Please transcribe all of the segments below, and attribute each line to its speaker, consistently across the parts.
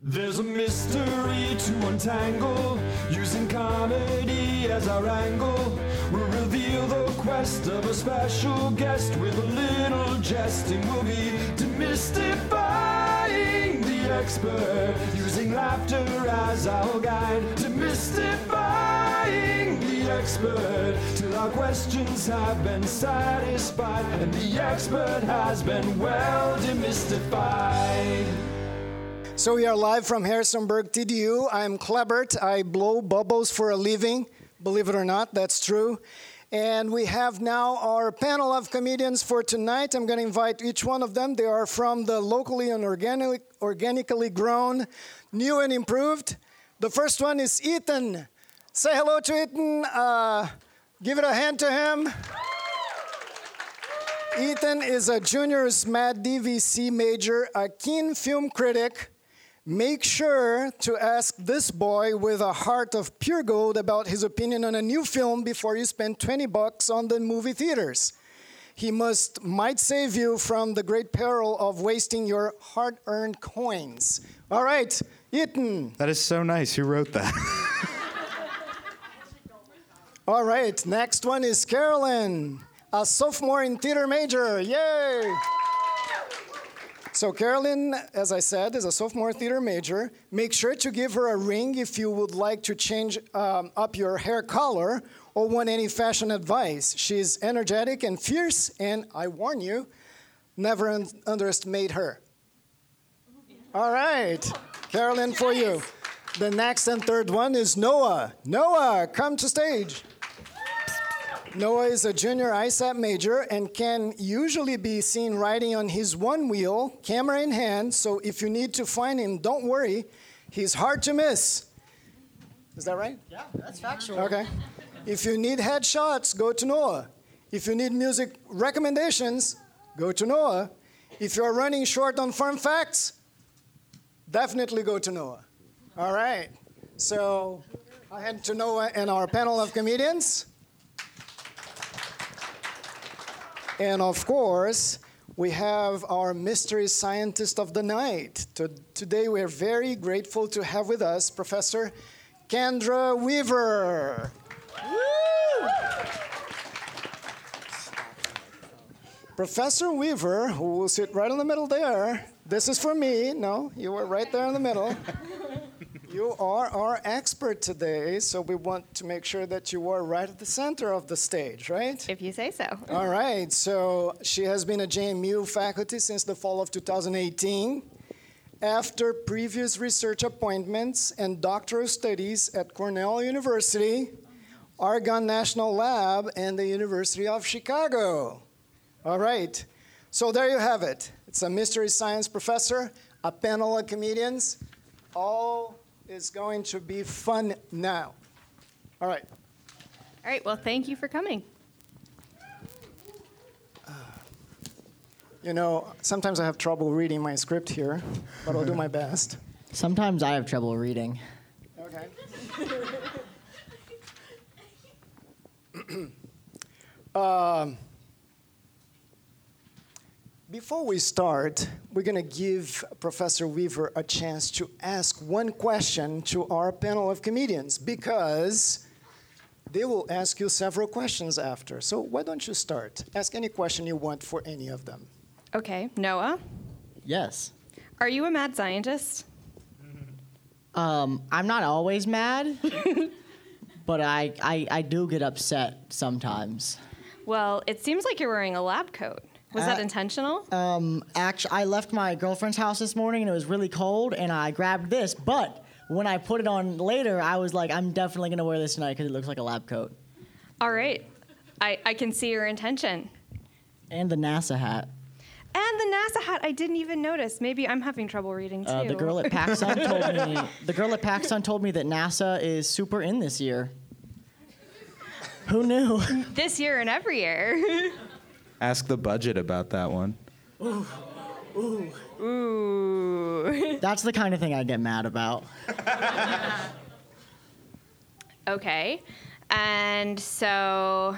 Speaker 1: There's a mystery to untangle, using comedy as our angle. We'll reveal the quest of a special guest with a little jesting. We'll be demystifying the expert, using laughter as our guide. Demystifying the expert, till our questions have been satisfied, and the expert has been well demystified.
Speaker 2: So we are live from Harrisonburg TDU. I'm Klebert. I blow bubbles for a living. Believe it or not, that's true. And we have now our panel of comedians for tonight. I'm going to invite each one of them. They are from the locally and organic, organically grown, new and improved. The first one is Ethan. Say hello to Ethan. Uh, give it a hand to him. Ethan is a junior SMAD DVC major, a keen film critic. Make sure to ask this boy with a heart of pure gold about his opinion on a new film before you spend 20 bucks on the movie theaters. He must might save you from the great peril of wasting your hard-earned coins. All right, Ethan.
Speaker 3: That is so nice. Who wrote that?
Speaker 2: All right, next one is Carolyn, a sophomore in theater major. Yay! So, Carolyn, as I said, is a sophomore theater major. Make sure to give her a ring if you would like to change um, up your hair color or want any fashion advice. She's energetic and fierce, and I warn you, never un- underestimate her. All right, Carolyn, for you. The next and third one is Noah. Noah, come to stage. Noah is a junior ISAP major and can usually be seen riding on his one wheel, camera in hand. So if you need to find him, don't worry, he's hard to miss. Is that right? Yeah, that's factual. Okay. If you need headshots, go to Noah. If you need music recommendations, go to Noah. If you're running short on fun facts, definitely go to Noah. All right. So I hand to Noah and our panel of comedians. And of course, we have our mystery scientist of the night. To- today, we are very grateful to have with us Professor Kendra Weaver. Professor Weaver, who will sit right in the middle there. This is for me. No, you were right there in the middle. you are our expert today, so we want to make sure that you are right at the center of the stage, right?
Speaker 4: If you say so.
Speaker 2: All right. So she has been a JMU faculty since the fall of 2018. After previous research appointments and doctoral studies at Cornell University, Argonne National Lab, and the University of Chicago. All right. So there you have it. It's a mystery science professor, a panel of comedians. All is going to be fun now. All right.
Speaker 4: All right, well, thank you for coming.
Speaker 2: You know, sometimes I have trouble reading my script here, but I'll do my best.
Speaker 5: Sometimes I have trouble reading.
Speaker 2: Okay. um, before we start, we're going to give Professor Weaver a chance to ask one question to our panel of comedians because they will ask you several questions after. So why don't you start? Ask any question you want for any of them.
Speaker 4: Okay, Noah,
Speaker 5: Yes.
Speaker 4: are you a mad scientist?
Speaker 5: Um, I'm not always mad, but I, I, I do get upset sometimes.
Speaker 4: Well, it seems like you're wearing a lab coat. Was that
Speaker 5: Uh,
Speaker 4: intentional?
Speaker 5: Um, actually, I left my girlfriend's house this morning and it was really cold, and I grabbed this. But when I put it on later, I was like, I'm definitely gonna wear this tonight because it looks like a lab coat
Speaker 4: All right, I, I can see your intention.
Speaker 5: and the NASA hat.
Speaker 4: And the NASA hat, I didn't even notice. Maybe I'm having trouble reading too.
Speaker 5: Uh, the girl at PacSun told me. The girl at PacSun told me that NASA is super in this year. Who knew?
Speaker 4: this year and every year.
Speaker 3: Ask the budget about that one.
Speaker 4: Ooh.
Speaker 5: That's the kind of thing I get mad about.
Speaker 4: okay, and so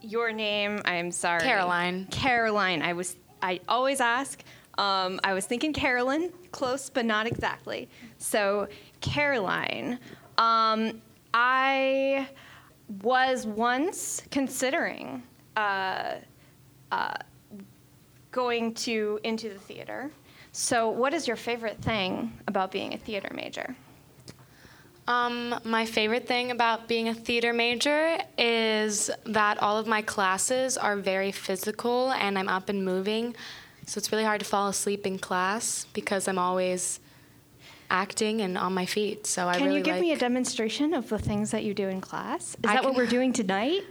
Speaker 4: your name, I'm sorry.
Speaker 6: Caroline.
Speaker 4: Caroline, I was I always ask Um, I was thinking Carolyn, close but not exactly. So, Caroline, um, I was once considering uh, uh, going to into the theater. So, what is your favorite thing about being a theater major?
Speaker 7: Um, my favorite thing about being a theater major is that all of my classes are very physical and I'm up and moving. So it's really hard to fall asleep in class because I'm always acting and on my feet. So I
Speaker 4: Can
Speaker 7: really
Speaker 4: you give
Speaker 7: like
Speaker 4: me a demonstration of the things that you do in class? Is
Speaker 7: I
Speaker 4: that what
Speaker 7: can-
Speaker 4: we're doing tonight?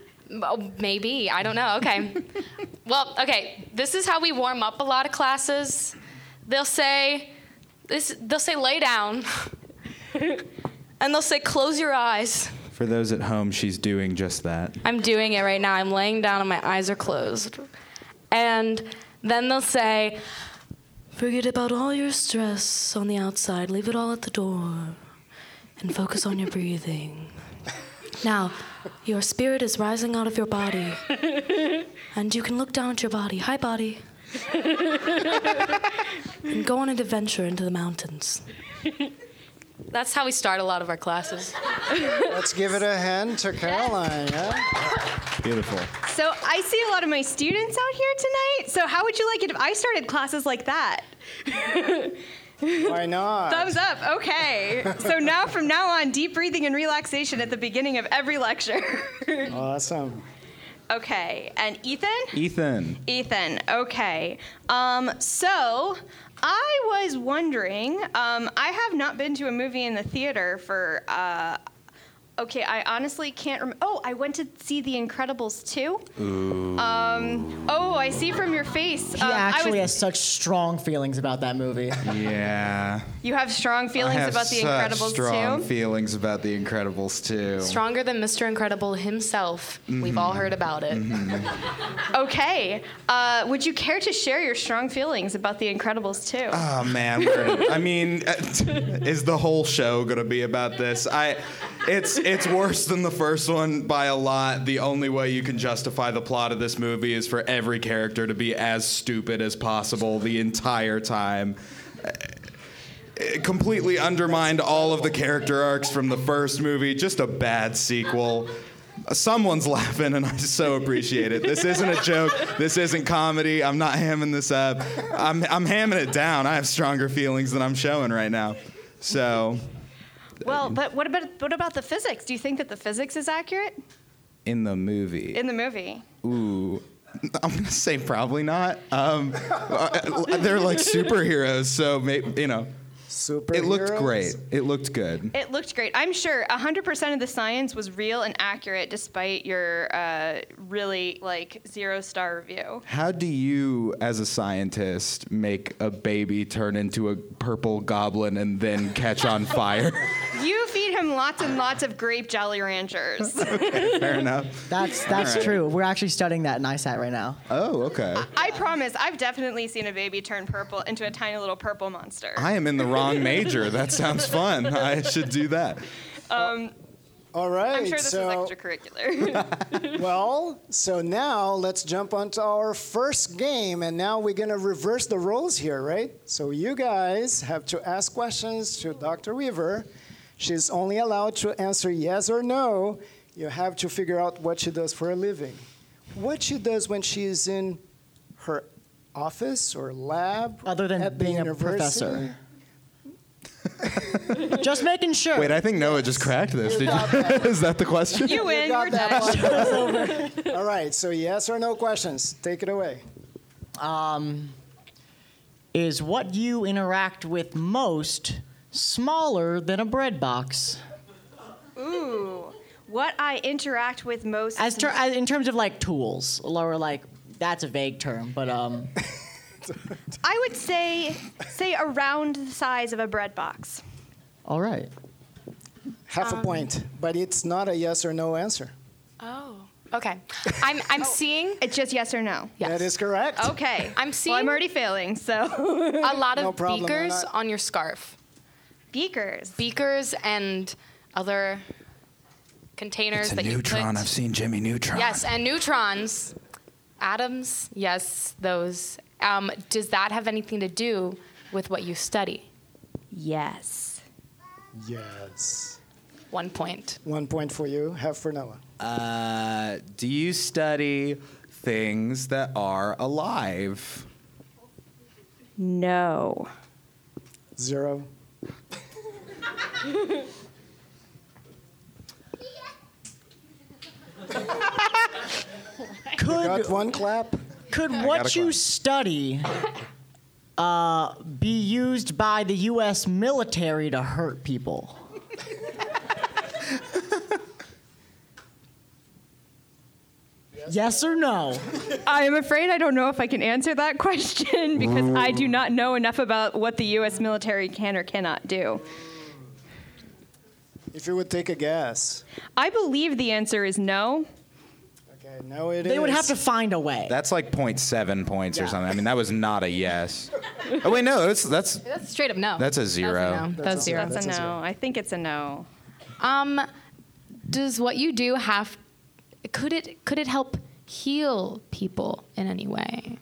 Speaker 7: Oh, maybe. I don't know. Okay. well, okay. This is how we warm up a lot of classes. They'll say this they'll say lay down. and they'll say close your eyes.
Speaker 3: For those at home, she's doing just that.
Speaker 7: I'm doing it right now. I'm laying down and my eyes are closed. And then they'll say forget about all your stress on the outside. Leave it all at the door and focus on your breathing. Now, your spirit is rising out of your body. And you can look down at your body. Hi, body. and go on an adventure into the mountains. That's how we start a lot of our classes.
Speaker 2: Let's give it a hand to Caroline. Yeah?
Speaker 3: Beautiful.
Speaker 4: So I see a lot of my students out here tonight. So how would you like it if I started classes like that?
Speaker 2: Why not?
Speaker 4: Thumbs up. Okay. so now from now on, deep breathing and relaxation at the beginning of every lecture.
Speaker 2: awesome.
Speaker 4: okay. And Ethan?
Speaker 3: Ethan.
Speaker 4: Ethan, okay. Um, so I was wondering, um, I have not been to a movie in the theater for, uh, okay, I honestly can't remember. Oh, I went to see The Incredibles 2. Um, oh, I see from your face.
Speaker 5: He
Speaker 4: um, I
Speaker 5: actually
Speaker 4: was-
Speaker 5: has such strong feelings about that movie.
Speaker 3: Yeah.
Speaker 4: you have strong
Speaker 3: I
Speaker 4: feelings
Speaker 3: have
Speaker 4: about The
Speaker 3: such
Speaker 4: Incredibles
Speaker 3: strong
Speaker 4: 2.
Speaker 3: feelings about The Incredibles too.
Speaker 7: Stronger than Mr. Incredible himself. We've all heard about it.
Speaker 4: okay. Uh, would you care to share your strong feelings about The Incredibles 2?
Speaker 3: Oh man, we're- I mean, is the whole show gonna be about this? I, it's it's worse than the first one by a lot. The only way you can justify the plot of this movie is for every character to be as stupid as possible the entire time. It completely undermined all of the character arcs from the first movie. Just a bad sequel. Someone's laughing, and I so appreciate it. This isn't a joke. This isn't comedy. I'm not hamming this up. I'm, I'm hamming it down. I have stronger feelings than I'm showing right now. So,
Speaker 4: well, but what about what about the physics? Do you think that the physics is accurate
Speaker 3: in the movie,
Speaker 4: in the movie?
Speaker 3: ooh. I'm gonna say probably not. Um, uh, they're like superheroes, so maybe, you know.
Speaker 2: Super.
Speaker 3: It looked great. It looked good.
Speaker 4: It looked great. I'm sure 100% of the science was real and accurate despite your uh, really like zero star review.
Speaker 3: How do you, as a scientist, make a baby turn into a purple goblin and then catch on fire?
Speaker 4: You feed him lots and lots of grape Jolly Ranchers.
Speaker 3: Fair enough.
Speaker 5: That's that's
Speaker 3: right.
Speaker 5: true. We're actually studying that in ISAT right now.
Speaker 3: Oh, okay.
Speaker 4: I promise, I've definitely seen a baby turn purple into a tiny little purple monster.
Speaker 3: I am in the wrong major. That sounds fun. I should do that.
Speaker 2: All right.
Speaker 4: I'm sure this
Speaker 2: so,
Speaker 4: is extracurricular.
Speaker 2: Well, so now let's jump onto our first game, and now we're gonna reverse the roles here, right? So you guys have to ask questions to Dr. Weaver. She's only allowed to answer yes or no. You have to figure out what she does for a living, what she does when she is in her office or lab,
Speaker 5: Other than
Speaker 2: at the
Speaker 5: being a
Speaker 2: university.
Speaker 5: professor. Just making sure.
Speaker 3: Wait, I think Noah just cracked this. Did you? Is that the question?
Speaker 4: you win,
Speaker 2: got
Speaker 4: we're
Speaker 2: that
Speaker 4: done.
Speaker 2: All right. So yes or no questions. Take it away.
Speaker 5: Is what you interact with most smaller than a bread box?
Speaker 4: Ooh. What I interact with most
Speaker 5: As, ter- as in terms of like tools, or like that's a vague term, but um,
Speaker 4: I would say say around the size of a bread box.
Speaker 5: all right.
Speaker 2: Half
Speaker 5: Um,
Speaker 2: a point, but it's not a yes or no answer.
Speaker 7: Oh. Okay. I'm I'm seeing
Speaker 4: It's just yes or no.
Speaker 7: yes.
Speaker 2: That is correct.
Speaker 5: Oh.
Speaker 4: Okay.
Speaker 7: I'm
Speaker 4: Well, I'm
Speaker 7: seeing-
Speaker 4: already failing, so
Speaker 7: a lot of
Speaker 2: No problem, I'm
Speaker 7: beakers
Speaker 2: not-
Speaker 7: on your scarf.
Speaker 4: beakers.
Speaker 7: Beakers and other containers that you put.
Speaker 3: seen Jimmy Neutron.
Speaker 7: yes, and neutrons, atoms. Yes, those. Um, does that have anything to do with what you study?
Speaker 4: Yes.
Speaker 2: Yes.
Speaker 7: One point.
Speaker 2: One point for you, half for Noah.
Speaker 3: Uh, do you study things that are alive?
Speaker 4: No.
Speaker 2: Zero.
Speaker 5: Could
Speaker 2: Got one clap.
Speaker 5: could what
Speaker 3: gotta
Speaker 5: you
Speaker 3: clap.
Speaker 5: study uh, be used by the U.S. military to hurt people? yes or no?
Speaker 4: I am afraid I don't know if I can answer that question because I do not know enough about what the U.S. military can or cannot do.
Speaker 2: If you would take a guess.
Speaker 4: I believe the answer is no.
Speaker 2: Okay, no, it is.
Speaker 5: They would have to find a way.
Speaker 3: That's like 0.7 points or
Speaker 5: Yeah.
Speaker 3: something. I mean, that was not a yes. oh wait, no, that's that's
Speaker 7: That's straight up no.
Speaker 3: That's a zero.
Speaker 7: That's, a no. That's zero.
Speaker 2: That's
Speaker 4: That's, a
Speaker 2: a
Speaker 4: no.
Speaker 2: zero.
Speaker 4: I think it's a no.
Speaker 7: Um, does what you do have? Could it could it help heal people in any way?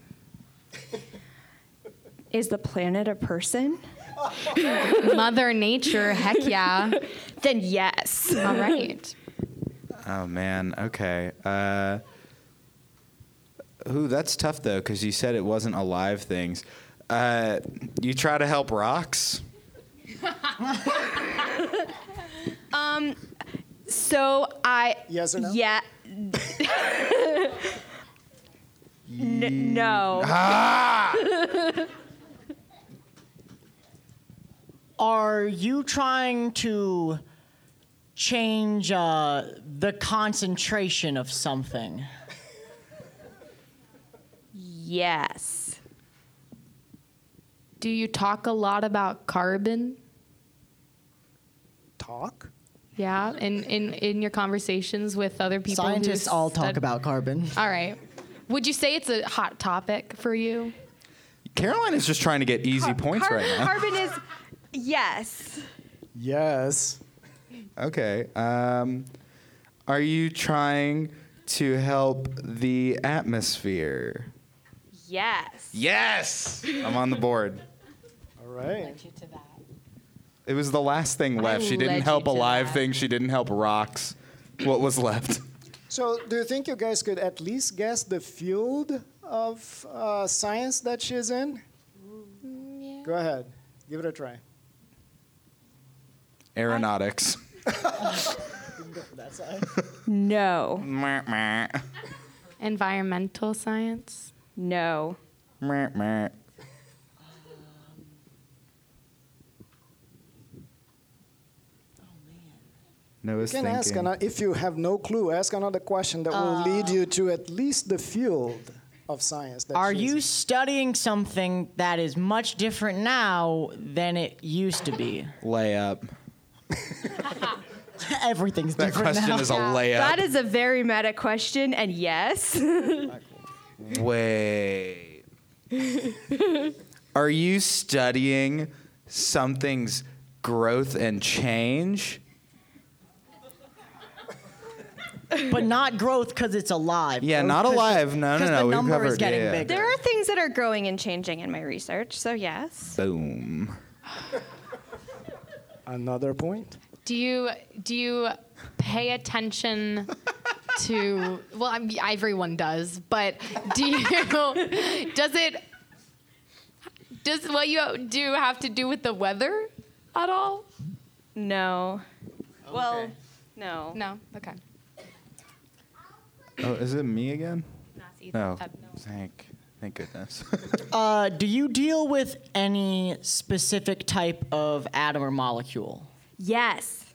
Speaker 4: Is the planet a person?
Speaker 7: Mother Nature, heck yeah.
Speaker 4: Then yes.
Speaker 7: All right.
Speaker 3: Oh man, okay. Uh, ooh, that's tough though, because you said it wasn't alive things. Uh, you try to help rocks.
Speaker 4: So I.
Speaker 2: Yes or no?
Speaker 4: Yeah. N- no.
Speaker 5: Are you trying to change uh, the concentration of something?
Speaker 4: Yes.
Speaker 7: Do you talk a lot about carbon?
Speaker 2: talk.
Speaker 7: Yeah, in in in your conversations with other people. who
Speaker 5: Scientists all talk
Speaker 7: stud-
Speaker 5: about carbon.
Speaker 7: All right. Would you say it's a hot topic for you?
Speaker 3: Caroline is just trying to get easy points
Speaker 4: Carbon,
Speaker 3: right now.
Speaker 4: carbon is. Yes.
Speaker 2: Yes.
Speaker 3: Okay. Um, are you trying to help the atmosphere?
Speaker 4: Yes.
Speaker 3: Yes. I'm on the board.
Speaker 2: All right.
Speaker 3: It was the last thing left. She
Speaker 7: led
Speaker 3: didn't
Speaker 7: you
Speaker 3: help
Speaker 7: to
Speaker 3: alive
Speaker 7: that.
Speaker 3: things. She didn't help rocks. What was left?
Speaker 2: So, do you think you guys could at least guess the field of uh, science that she is in?
Speaker 5: Mm,
Speaker 2: Go ahead, give it a try.
Speaker 3: Aeronautics.
Speaker 4: No.
Speaker 3: Meh, meh.
Speaker 7: Environmental science.
Speaker 4: No.
Speaker 3: Meh, meh. Noah's
Speaker 2: You can
Speaker 3: thinking.
Speaker 2: ask another, if you have no clue. Ask another question that will lead you to at least the field of science. That
Speaker 5: Are
Speaker 2: she is
Speaker 5: you
Speaker 2: in.
Speaker 5: studying something that is much different now than it used to be?
Speaker 3: layup.
Speaker 5: Everything's
Speaker 3: That
Speaker 5: different
Speaker 3: question
Speaker 5: now.
Speaker 3: is a layup.
Speaker 4: That is a very meta question, and yes.
Speaker 3: Wait. Are you studying something's growth and change?
Speaker 5: but not growth because it's alive.
Speaker 3: Yeah,
Speaker 5: Growth
Speaker 3: not
Speaker 5: Oh, 'cause-
Speaker 3: alive. No,
Speaker 5: 'cause
Speaker 3: no,
Speaker 5: the
Speaker 3: no. We've
Speaker 5: number
Speaker 3: covered
Speaker 5: is getting
Speaker 3: yeah.
Speaker 5: bigger.
Speaker 4: there are things that are growing and changing in my research, so yes.
Speaker 3: Boom.
Speaker 2: another point?
Speaker 7: Do you do you pay attention to? Well, I mean, everyone does, but do you? does it? Does what you do have to do with the weather at all?
Speaker 4: No. Well, no.
Speaker 7: No. Okay.
Speaker 3: Oh, is it me again? No.
Speaker 7: Uh,
Speaker 3: Thank, thank goodness.
Speaker 5: Uh, do you deal with any specific type of atom or molecule?
Speaker 4: Yes.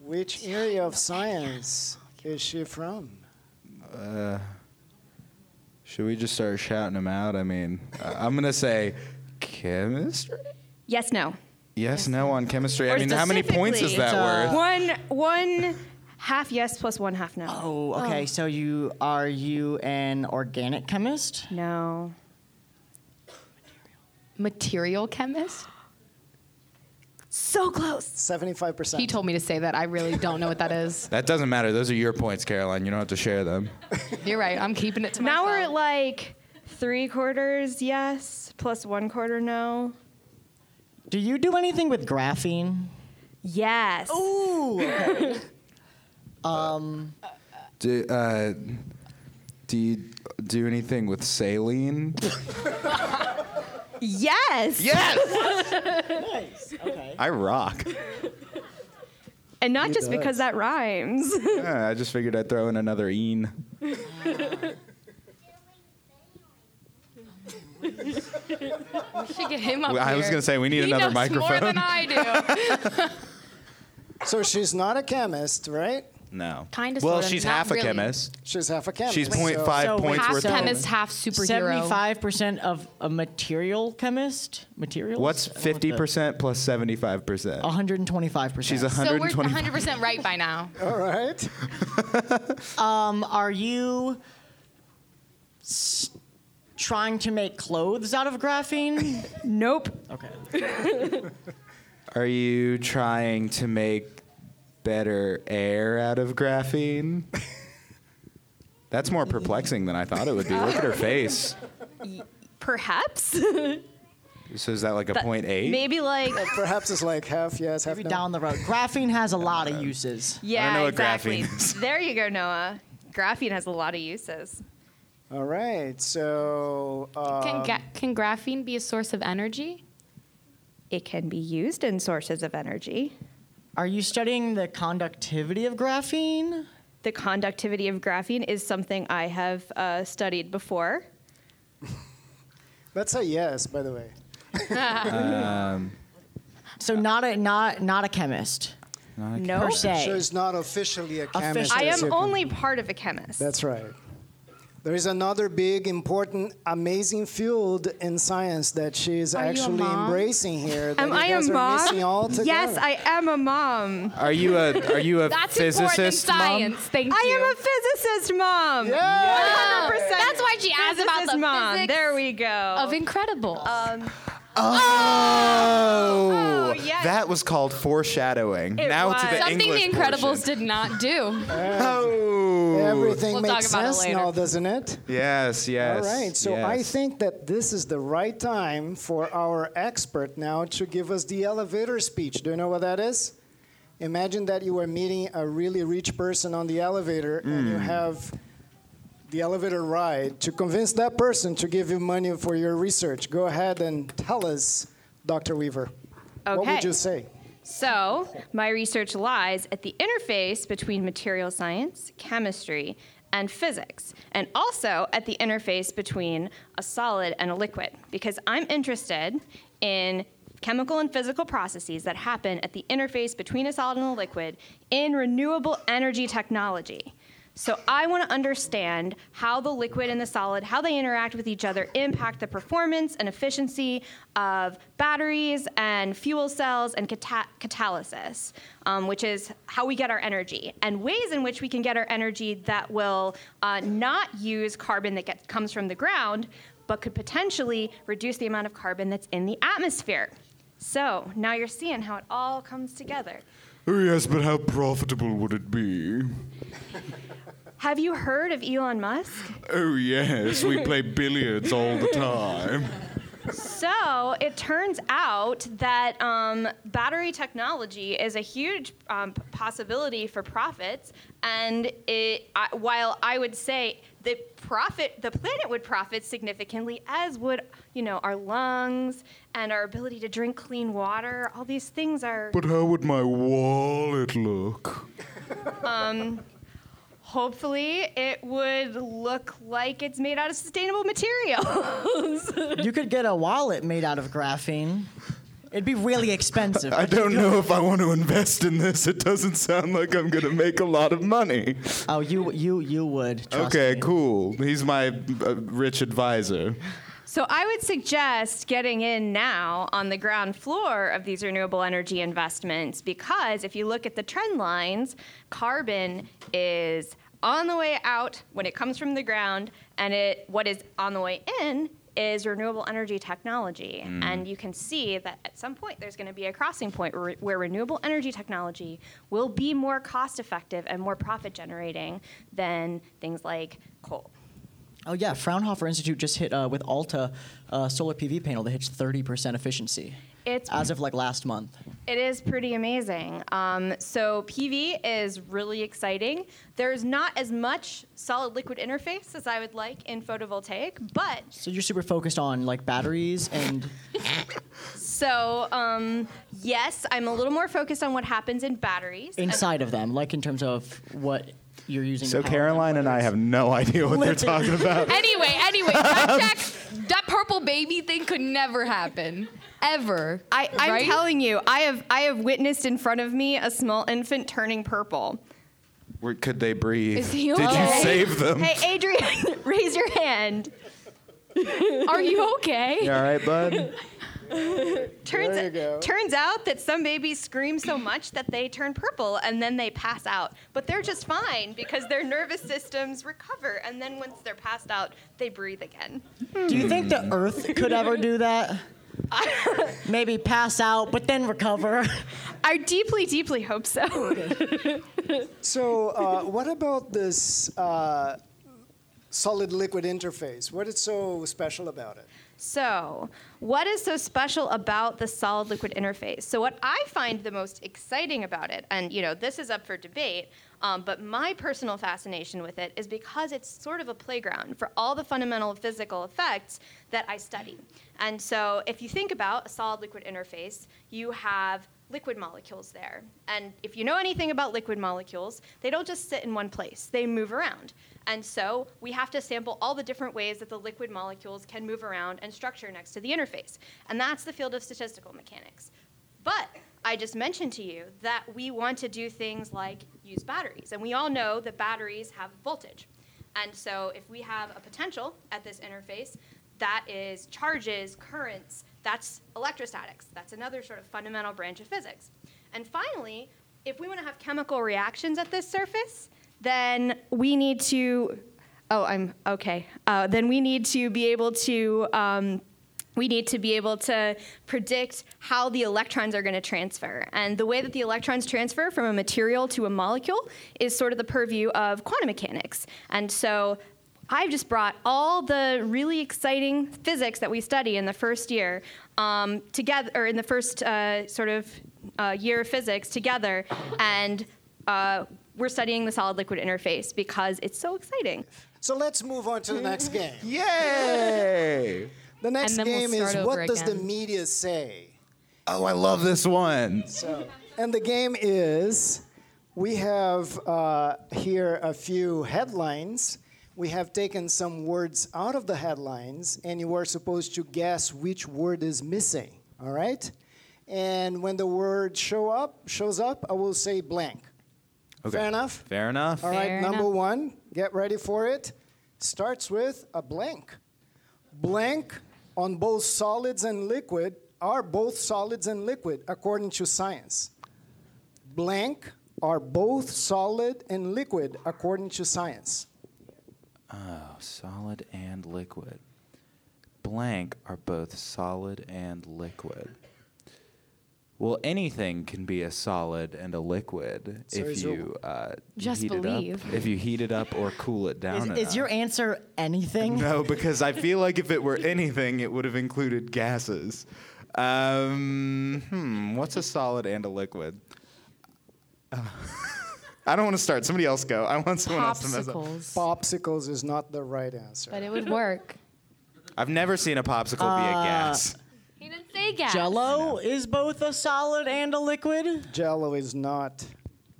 Speaker 2: Which area of science is she from?
Speaker 3: Should we just start shouting them out? I mean, uh, I'm gonna say chemistry.
Speaker 4: Yes, no.
Speaker 3: Yes, no on chemistry. I
Speaker 4: Or
Speaker 3: mean, how many points is
Speaker 4: specifically-
Speaker 3: that
Speaker 5: It's,
Speaker 3: worth?
Speaker 4: One one half yes plus one half no.
Speaker 5: Oh, okay. So you are you an organic chemist?
Speaker 4: No.
Speaker 7: material chemist.
Speaker 4: So close.
Speaker 2: 75%.
Speaker 8: He told me to say that. I really don't know what that is.
Speaker 3: That doesn't matter. Those are your points, Caroline. You don't have to share them.
Speaker 8: You're right. I'm keeping it to myself.
Speaker 4: Now we're at like three quarters yes plus one quarter no.
Speaker 5: Do you do anything with graphene?
Speaker 4: Yes.
Speaker 3: Do uh, do you do anything with saline?
Speaker 4: Yes.
Speaker 3: yes.
Speaker 5: Nice. Okay.
Speaker 3: I rock.
Speaker 4: And not just because that rhymes.
Speaker 3: Yeah, I just figured I'd throw in another een.
Speaker 8: We should get him up
Speaker 3: I was
Speaker 8: here.
Speaker 3: gonna say we need
Speaker 8: he
Speaker 3: another
Speaker 8: knows
Speaker 3: microphone.
Speaker 8: more than I do.
Speaker 2: So she's not a chemist, right?
Speaker 3: no.
Speaker 8: Kinda,
Speaker 3: Well,
Speaker 8: sorta,
Speaker 3: she's
Speaker 8: not
Speaker 3: half
Speaker 8: really.
Speaker 3: a chemist.
Speaker 2: She's half a chemist.
Speaker 3: She's
Speaker 2: so-
Speaker 3: 0.5
Speaker 5: so
Speaker 3: points
Speaker 8: half
Speaker 3: worth.
Speaker 5: of-
Speaker 8: chemist, half superhero.
Speaker 5: Seventy-five percent of a material chemist. Materials.
Speaker 3: What's
Speaker 5: I don't know what the-
Speaker 3: fifty percent plus seventy five percent?
Speaker 5: 125%.
Speaker 3: She's a
Speaker 8: Oh, So
Speaker 3: hundred
Speaker 8: we're
Speaker 3: and twenty.
Speaker 8: 100% right by now.
Speaker 2: All right.
Speaker 5: Are you s- trying to make clothes out of graphene?
Speaker 4: nope.
Speaker 5: okay.
Speaker 3: Are you trying to make better air out of graphene? That's more perplexing than I thought it would be. Look at her face.
Speaker 4: Perhaps.
Speaker 3: So is that like a point eight?
Speaker 4: Maybe like
Speaker 2: Perhaps it's like half yes, half no.
Speaker 5: Down the road. Graphene has a lot
Speaker 3: Uh,
Speaker 5: of uses.
Speaker 4: yeah,
Speaker 3: know what
Speaker 4: exactly.
Speaker 3: graphene is.
Speaker 4: There you go, Noah. Graphene has a lot of uses.
Speaker 2: All right. So uh,
Speaker 3: Um,
Speaker 8: Can, ga- can graphene be a source of energy?
Speaker 4: It can be used in sources of energy.
Speaker 5: Are you studying the conductivity of graphene?
Speaker 4: The conductivity of graphene is something I have uh, studied before.
Speaker 2: that's a yes, by the way.
Speaker 5: So
Speaker 3: Uh,
Speaker 5: not a not not a chemist
Speaker 4: No,
Speaker 5: per se.
Speaker 2: She's not officially a chemist.
Speaker 5: Officially.
Speaker 4: I
Speaker 2: as
Speaker 4: am
Speaker 2: you can-
Speaker 4: only part of a chemist.
Speaker 2: That's right. There is another big, important, amazing field in science that she's
Speaker 8: Are you a
Speaker 2: actually
Speaker 8: mom?
Speaker 2: embracing here. That
Speaker 4: Am
Speaker 2: you
Speaker 4: I a
Speaker 2: guys are missing
Speaker 4: mom?
Speaker 2: altogether.
Speaker 4: Yes, I am a mom.
Speaker 3: Are you a are you a
Speaker 8: That's important in
Speaker 3: physicist,
Speaker 8: science.
Speaker 3: mom?
Speaker 8: Thank you.
Speaker 4: I am a physicist mom.
Speaker 2: Yeah.
Speaker 4: 100%.
Speaker 8: That's why she asked about
Speaker 4: Physicist
Speaker 8: the
Speaker 4: mom.
Speaker 8: physics
Speaker 4: There we go.
Speaker 8: Of incredible.
Speaker 4: um,
Speaker 3: Oh,
Speaker 4: Oh, yes.
Speaker 3: that was called foreshadowing.
Speaker 4: It
Speaker 3: now to the
Speaker 4: was. Something
Speaker 8: Something
Speaker 3: English
Speaker 8: the Incredibles
Speaker 3: portion.
Speaker 8: did not do.
Speaker 3: Oh,
Speaker 2: Everything
Speaker 8: We'll talk
Speaker 2: makes
Speaker 8: about it
Speaker 2: sense
Speaker 8: later.
Speaker 2: now, doesn't it?
Speaker 3: Yes,
Speaker 2: All
Speaker 3: yes.
Speaker 2: right. So I
Speaker 3: yes.
Speaker 2: think that this is the right time for our expert now to give us the elevator speech. Do you know what that is? Imagine that you are meeting a really rich person on the elevator and
Speaker 3: Hmm.
Speaker 2: you have the elevator ride to convince that person to give you money for your research. Go ahead and tell us, Dr. Weaver. What
Speaker 4: Okay.
Speaker 2: would you say?
Speaker 4: So, my research lies at the interface between material science, chemistry, and physics, and also at the interface between a solid and a liquid, because I'm interested in chemical and physical processes that happen at the interface between a solid and a liquid in renewable energy technology. So I want to understand how the liquid and the solid, how they interact with each other, impact the performance and efficiency of batteries and fuel cells and cata- catalysis, um, which is how we get our energy, and ways in which we can get our energy that will uh, not use carbon that gets, comes from the ground, but could potentially reduce the amount of carbon that's in the atmosphere. So now you're seeing how it all comes together.
Speaker 3: Oh, yes, but how profitable would it be?
Speaker 4: Have you heard of Elon Musk?
Speaker 3: Oh, yes, we play billiards all the time.
Speaker 4: So it turns out that um, battery technology is a huge um, p- possibility for profits, and it, I, while I would say the profit, the planet would profit significantly, as would you know our lungs and our ability to drink clean water. All these things are
Speaker 3: But how would my wallet look?
Speaker 4: hopefully it would look like it's made out of sustainable materials.
Speaker 5: You could get a wallet made out of graphene. It'd be really expensive.
Speaker 3: I don't know if I want to invest in this. It doesn't sound like I'm going to make a lot of money.
Speaker 5: oh, you you you would. Trust
Speaker 3: okay,
Speaker 5: me.
Speaker 3: cool. He's my uh, rich advisor.
Speaker 4: So I would suggest getting in now on the ground floor of these renewable energy investments because if you look at the trend lines, carbon is on the way out when it comes from the ground and it what is on the way in is renewable energy technology. And you can see that at some point there's going to be a crossing point where, where renewable energy technology will be more cost effective and more profit generating than things like coal.
Speaker 5: Oh yeah, Fraunhofer Institute just hit uh, with Alta uh, solar PV panel that hits 30% efficiency
Speaker 4: It's
Speaker 5: as of like last month.
Speaker 4: It is pretty amazing. Um, so PV is really exciting. There's not as much solid liquid interface as I would like in photovoltaic, but
Speaker 5: So you're super focused on like batteries and
Speaker 4: so um, yes, I'm a little more focused on what happens in batteries. And-
Speaker 5: inside of them, like in terms of what you're using.
Speaker 3: So
Speaker 5: to power them.
Speaker 3: Caroline and I have no idea what they're talking about.
Speaker 8: Anyway, anyway, that, Jack, that purple baby thing could never happen. Ever.
Speaker 4: I, I'm
Speaker 8: right?
Speaker 4: telling you, I have I have witnessed in front of me a small infant turning purple.
Speaker 3: Where could they breathe?
Speaker 8: Is he
Speaker 3: Did you
Speaker 8: okay?
Speaker 3: save them?
Speaker 4: Hey, Adrian, raise your hand.
Speaker 8: Are you okay?
Speaker 3: You all right, bud?
Speaker 4: Turns,
Speaker 2: There you go.
Speaker 4: turns out that some babies scream so much that they turn purple and then they pass out. But they're just fine because their nervous systems recover. And then once they're passed out, they breathe again.
Speaker 5: Do you think the Earth could ever do that? Maybe pass out, but then recover.
Speaker 4: I deeply, deeply hope so.
Speaker 2: So, uh, what about this uh, solid liquid interface? What is so special about it?
Speaker 4: So, what is so special about the solid liquid interface? So, what I find the most exciting about it, and you know, this is up for debate, um, but my personal fascination with it is because it's sort of a playground for all the fundamental physical effects that I study. And so, if you think about a solid liquid interface, you have liquid molecules there. And if you know anything about liquid molecules, they don't just sit in one place, they move around. And so we have to sample all the different ways that the liquid molecules can move around and structure next to the interface. And that's the field of statistical mechanics. But I just mentioned to you that we want to do things like use batteries. And we all know that batteries have voltage. And so if we have a potential at this interface, that is charges, currents, that's electrostatics. That's another sort of fundamental branch of physics. And finally, if we want to have chemical reactions at this surface, then we need to, oh, I'm okay. Uh, then we need to be able to. Um, we need to be able to predict how the electrons are going to transfer. And the way that the electrons transfer from a material to a molecule is sort of the purview of quantum mechanics. And so I've just brought all the really exciting physics that we study in the first year um, together, or in the first uh, sort of uh, year of physics together, and uh, we're studying the solid liquid interface because it's so exciting.
Speaker 2: So, let's move on to the next game.
Speaker 3: Yay!
Speaker 2: The next
Speaker 8: then we'll
Speaker 2: game is
Speaker 8: start over
Speaker 2: what does the
Speaker 8: again.
Speaker 2: media say?
Speaker 3: Oh, I love this one.
Speaker 2: So, and the game is we have uh, here a few headlines. We have taken some words out of the headlines, and you are supposed to guess which word is missing. All right? And when the word show up shows up, I will say blank. Fair enough.
Speaker 3: Fair enough.
Speaker 2: All right,
Speaker 8: Fair
Speaker 2: number
Speaker 8: enough.
Speaker 2: one, get ready for it. Starts with a blank. Blank on both solids and liquid are both solids and liquid according to science. Blank are both solid and liquid according to science.
Speaker 9: Solid and liquid. Blank are both solid and liquid. Well, anything can be a solid and a liquid
Speaker 2: So
Speaker 9: if
Speaker 2: is your-
Speaker 9: you uh,
Speaker 8: Just
Speaker 9: heat It
Speaker 8: believe.
Speaker 9: up, if you heat it up or cool it down.
Speaker 5: is,
Speaker 9: enough.
Speaker 5: is your answer anything?
Speaker 3: No, because I feel like if it were anything, it would have included gases. Um, hmm, what's a solid and a liquid? Uh, I don't want to start. Somebody else go. I want someone else to mess up.
Speaker 8: Popsicles.
Speaker 2: Popsicles is not the right answer.
Speaker 8: But it would work.
Speaker 3: I've never seen a popsicle be a gas.
Speaker 8: He didn't say gas.
Speaker 5: Jello is both a solid and a liquid.
Speaker 2: Jello is not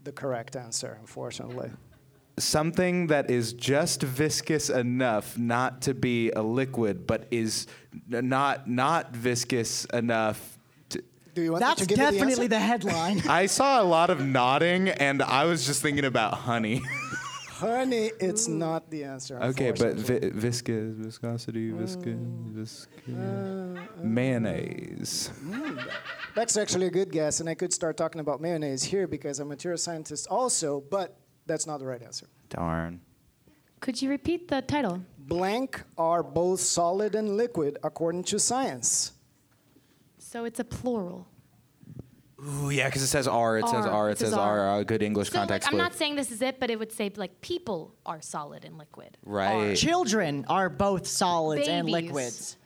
Speaker 2: the correct answer, unfortunately.
Speaker 3: Something that is just viscous enough not to be a liquid, but is n- not not viscous enough. To...
Speaker 2: Do you want me
Speaker 5: That's
Speaker 2: to give you the
Speaker 5: definitely
Speaker 2: answer?
Speaker 5: the headline.
Speaker 3: I saw a lot of nodding, and I was just thinking about honey.
Speaker 2: Honey, it's not the answer.
Speaker 9: okay, but
Speaker 2: unfortunately.
Speaker 9: vi- viscous, viscosity, viscous,
Speaker 7: Mm. Uh,
Speaker 9: viscous. Mayonnaise.
Speaker 2: That's actually a good guess, and I could start talking about mayonnaise here because I'm a material scientist also, but that's not the right answer.
Speaker 9: Darn.
Speaker 8: Could you repeat the title?
Speaker 2: blank are both solid and liquid according to science.
Speaker 7: So it's a plural.
Speaker 3: Ooh, yeah, because it says R, it says
Speaker 7: R,
Speaker 3: R, it,
Speaker 7: it
Speaker 3: says
Speaker 7: says
Speaker 3: R.
Speaker 7: R.
Speaker 3: uh, good English
Speaker 7: So
Speaker 3: context
Speaker 7: like, I'm
Speaker 3: clue.
Speaker 7: not saying this is it, but it would say like people are solid and liquid.
Speaker 3: right.
Speaker 5: Children are both solids and
Speaker 7: Babies.
Speaker 5: liquids.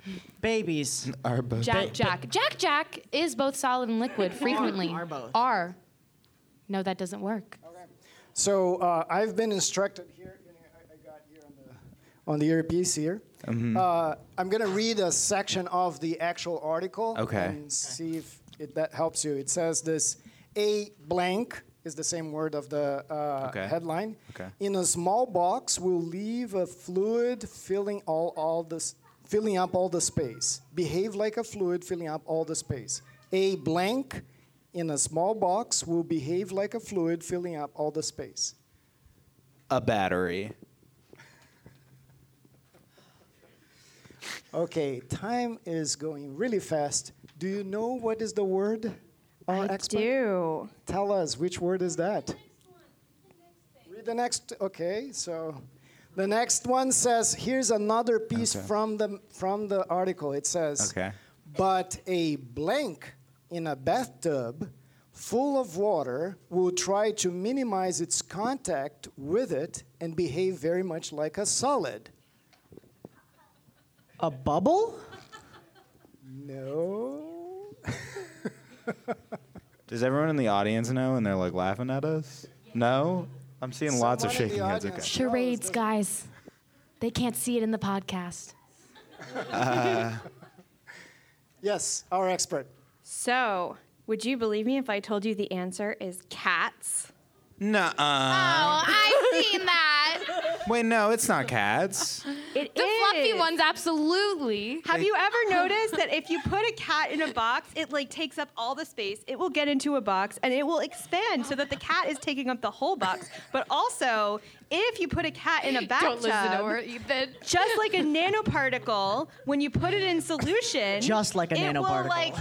Speaker 5: Babies.
Speaker 2: Uh,
Speaker 3: Are both-
Speaker 7: Jack Jack Jack Jack is both solid and liquid frequently.
Speaker 5: Are both.
Speaker 7: Are. No, that doesn't work.
Speaker 2: So uh, I've been instructed here. I I got here on the on the earpiece here.
Speaker 3: Mm-hmm.
Speaker 2: Uh, I'm gonna read a section of the actual article
Speaker 3: Okay.
Speaker 2: and see if it, that helps you. It says this: a blank is the same word of the uh,
Speaker 3: Okay.
Speaker 2: headline.
Speaker 3: Okay.
Speaker 2: In a small box, will leave a fluid filling all all this filling up all the space. Behave like a fluid filling up all the space. A blank in a small box will behave like a fluid filling up all the space.
Speaker 3: a battery.
Speaker 2: Okay, time is going really fast. Do you know what is the word? Our
Speaker 4: I
Speaker 2: expert?
Speaker 4: do.
Speaker 2: Tell us which word is that? Read the next. Okay, so the next one says here's another piece
Speaker 3: Okay.
Speaker 2: from the from the article. It says,
Speaker 3: Okay.
Speaker 2: but a blank in a bathtub full of water will try to minimize its contact with it and behave very much like a solid.
Speaker 5: A bubble?
Speaker 2: No.
Speaker 3: Does everyone in the audience know and they're like laughing at us? No? I'm seeing lots of
Speaker 2: Someone in the
Speaker 3: shaking heads.
Speaker 2: audience.
Speaker 3: Okay.
Speaker 7: Charades, guys. They can't see it in the podcast.
Speaker 2: Yes, our expert.
Speaker 4: So, would you believe me if I told you the answer is cats?
Speaker 3: Nuh-uh.
Speaker 7: Oh, I've seen that.
Speaker 3: Wait, no, it's not cats.
Speaker 4: It
Speaker 7: The fluffy
Speaker 4: is.
Speaker 7: ones, absolutely.
Speaker 4: Have you ever noticed that if you put a cat in a box, it like takes up all the space. It will get into a box and it will expand so that the cat is taking up the whole box. But also, if you put a cat in a
Speaker 7: Don't listen to her,
Speaker 4: bathtub,
Speaker 7: Ethan.
Speaker 4: just like a nanoparticle, when you put it in solution,
Speaker 5: Just like a
Speaker 4: it
Speaker 5: nanoparticle.
Speaker 4: will like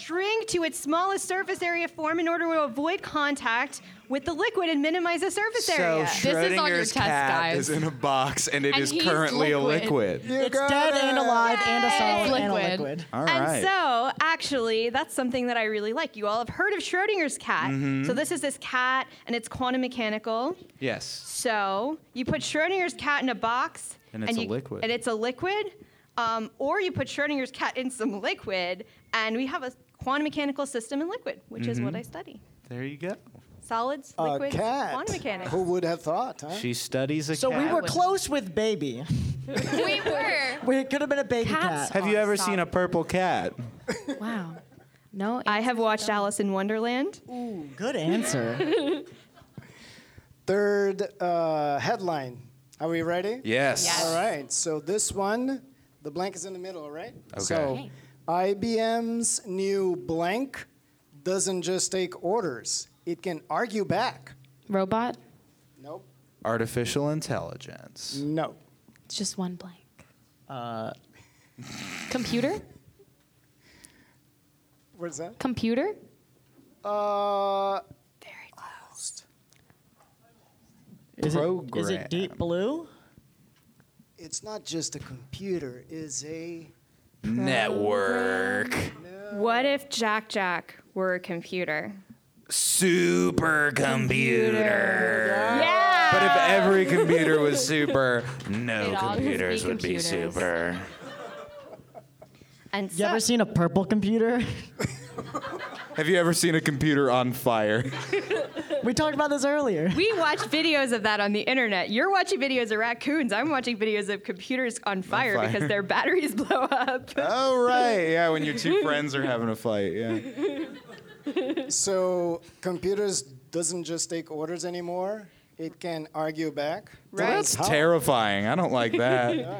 Speaker 4: shrink to its smallest surface area form in order to avoid contact with the liquid and minimize the surface
Speaker 3: So
Speaker 4: area.
Speaker 7: is on your
Speaker 3: Schrodinger's
Speaker 7: test,
Speaker 3: cat
Speaker 7: guys.
Speaker 3: is in a box and it
Speaker 7: And
Speaker 3: is
Speaker 7: he's
Speaker 3: currently a
Speaker 7: liquid.
Speaker 3: liquid.
Speaker 5: it's dead and alive and a solid and a
Speaker 7: Liquid.
Speaker 5: liquid.
Speaker 3: All
Speaker 4: and
Speaker 3: right.
Speaker 4: so, actually, that's something that I really like. You all have heard of Schrodinger's cat.
Speaker 3: Mm-hmm.
Speaker 4: So, this is this cat, and it's quantum mechanical.
Speaker 3: yes.
Speaker 4: So, you put Schrodinger's cat in a box,
Speaker 3: And it's a
Speaker 4: you-
Speaker 3: liquid.
Speaker 4: And it's a liquid. Um, or you put Schrodinger's cat in some liquid, and we have a quantum mechanical system in liquid, which is
Speaker 3: Mm-hmm.
Speaker 4: what I study.
Speaker 3: There you go.
Speaker 4: Solids,
Speaker 2: A
Speaker 4: liquids,
Speaker 2: cat.
Speaker 4: quantum mechanics.
Speaker 2: uh, Who would have thought, huh?
Speaker 3: She studies a
Speaker 5: So
Speaker 3: cat.
Speaker 5: we were close with baby.
Speaker 7: We were.
Speaker 5: We could have been a baby cat.
Speaker 7: Cats
Speaker 3: Have you ever seen a purple cat?
Speaker 7: Wow. No,
Speaker 4: I have watched Alice in Wonderland.
Speaker 5: Good answer.
Speaker 2: Third uh, headline. Are we ready?
Speaker 3: Yes.
Speaker 7: Yes.
Speaker 2: All right. So this one, the blank is in the middle, right?
Speaker 3: Okay.
Speaker 2: So
Speaker 3: Okay.
Speaker 2: IBM's new blank doesn't just take orders; it can argue back.
Speaker 7: robot.
Speaker 2: Nope.
Speaker 3: Artificial intelligence.
Speaker 2: No.
Speaker 7: It's just one blank. Uh, computer?
Speaker 2: What's that?
Speaker 7: Computer?
Speaker 2: Uh,
Speaker 7: Very close.
Speaker 5: Is it, is
Speaker 3: Program.
Speaker 5: it deep blue?
Speaker 2: it's not just a computer; it's a
Speaker 3: Network.
Speaker 4: What if Jack Jack were a computer?
Speaker 3: Supercomputer.
Speaker 4: Yeah!
Speaker 3: But if every computer was super, no
Speaker 7: It'd always be
Speaker 3: computers would be
Speaker 7: computers.
Speaker 3: super.
Speaker 4: And
Speaker 5: You ever
Speaker 4: so-
Speaker 5: seen a purple computer?
Speaker 3: Have you ever seen a computer on fire?
Speaker 5: we talked about this earlier.
Speaker 4: We watch videos of that on the internet. You're watching videos of raccoons. I'm watching videos of computers on fire,
Speaker 3: fire.
Speaker 4: because their batteries blow up.
Speaker 3: Oh right, yeah. When your two friends are having a fight, yeah.
Speaker 2: so computers doesn't just take orders anymore; it can argue back.
Speaker 4: Right.
Speaker 3: That's
Speaker 2: How?
Speaker 3: terrifying. I don't like that.
Speaker 2: I know.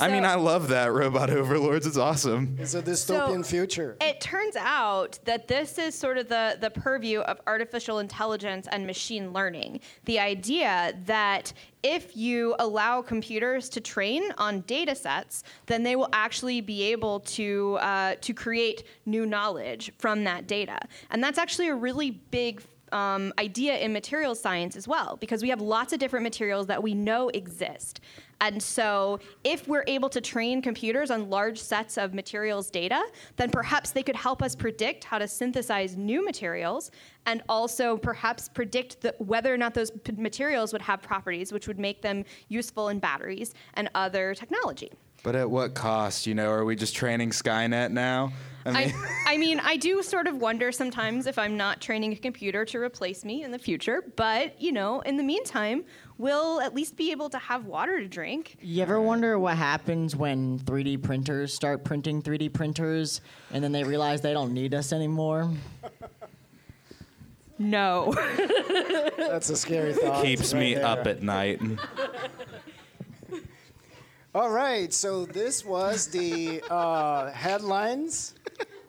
Speaker 3: I mean,
Speaker 4: So-
Speaker 3: I love that robot overlords. It's awesome.
Speaker 2: It's a dystopian future.
Speaker 4: It turns out that this is sort of the, the purview of artificial intelligence and machine learning. The idea that if you allow computers to train on data sets, then they will actually be able to, uh, to create new knowledge from that data. And that's actually a really big um, idea in materials science as well, because we have lots of different materials that we know exist. And so, if we're able to train computers on large sets of materials data, then perhaps they could help us predict how to synthesize new materials and also perhaps predict the, whether or not those p- materials would have properties which would make them useful in batteries and other technology.
Speaker 3: But at what cost? You know, are we just training Skynet now? I mean,
Speaker 4: I, I mean, I do sort of wonder sometimes if I'm not training a computer to replace me in the future, but you know, in the meantime, we'll at least be able to have water to drink.
Speaker 5: You ever wonder what happens when 3D printers start printing 3D printers and then they realize they don't need us anymore?
Speaker 4: No.
Speaker 2: That's a scary thought.
Speaker 9: Keeps
Speaker 2: right
Speaker 9: me
Speaker 2: there.
Speaker 9: up at night.
Speaker 2: All right, so this was the uh, headlines.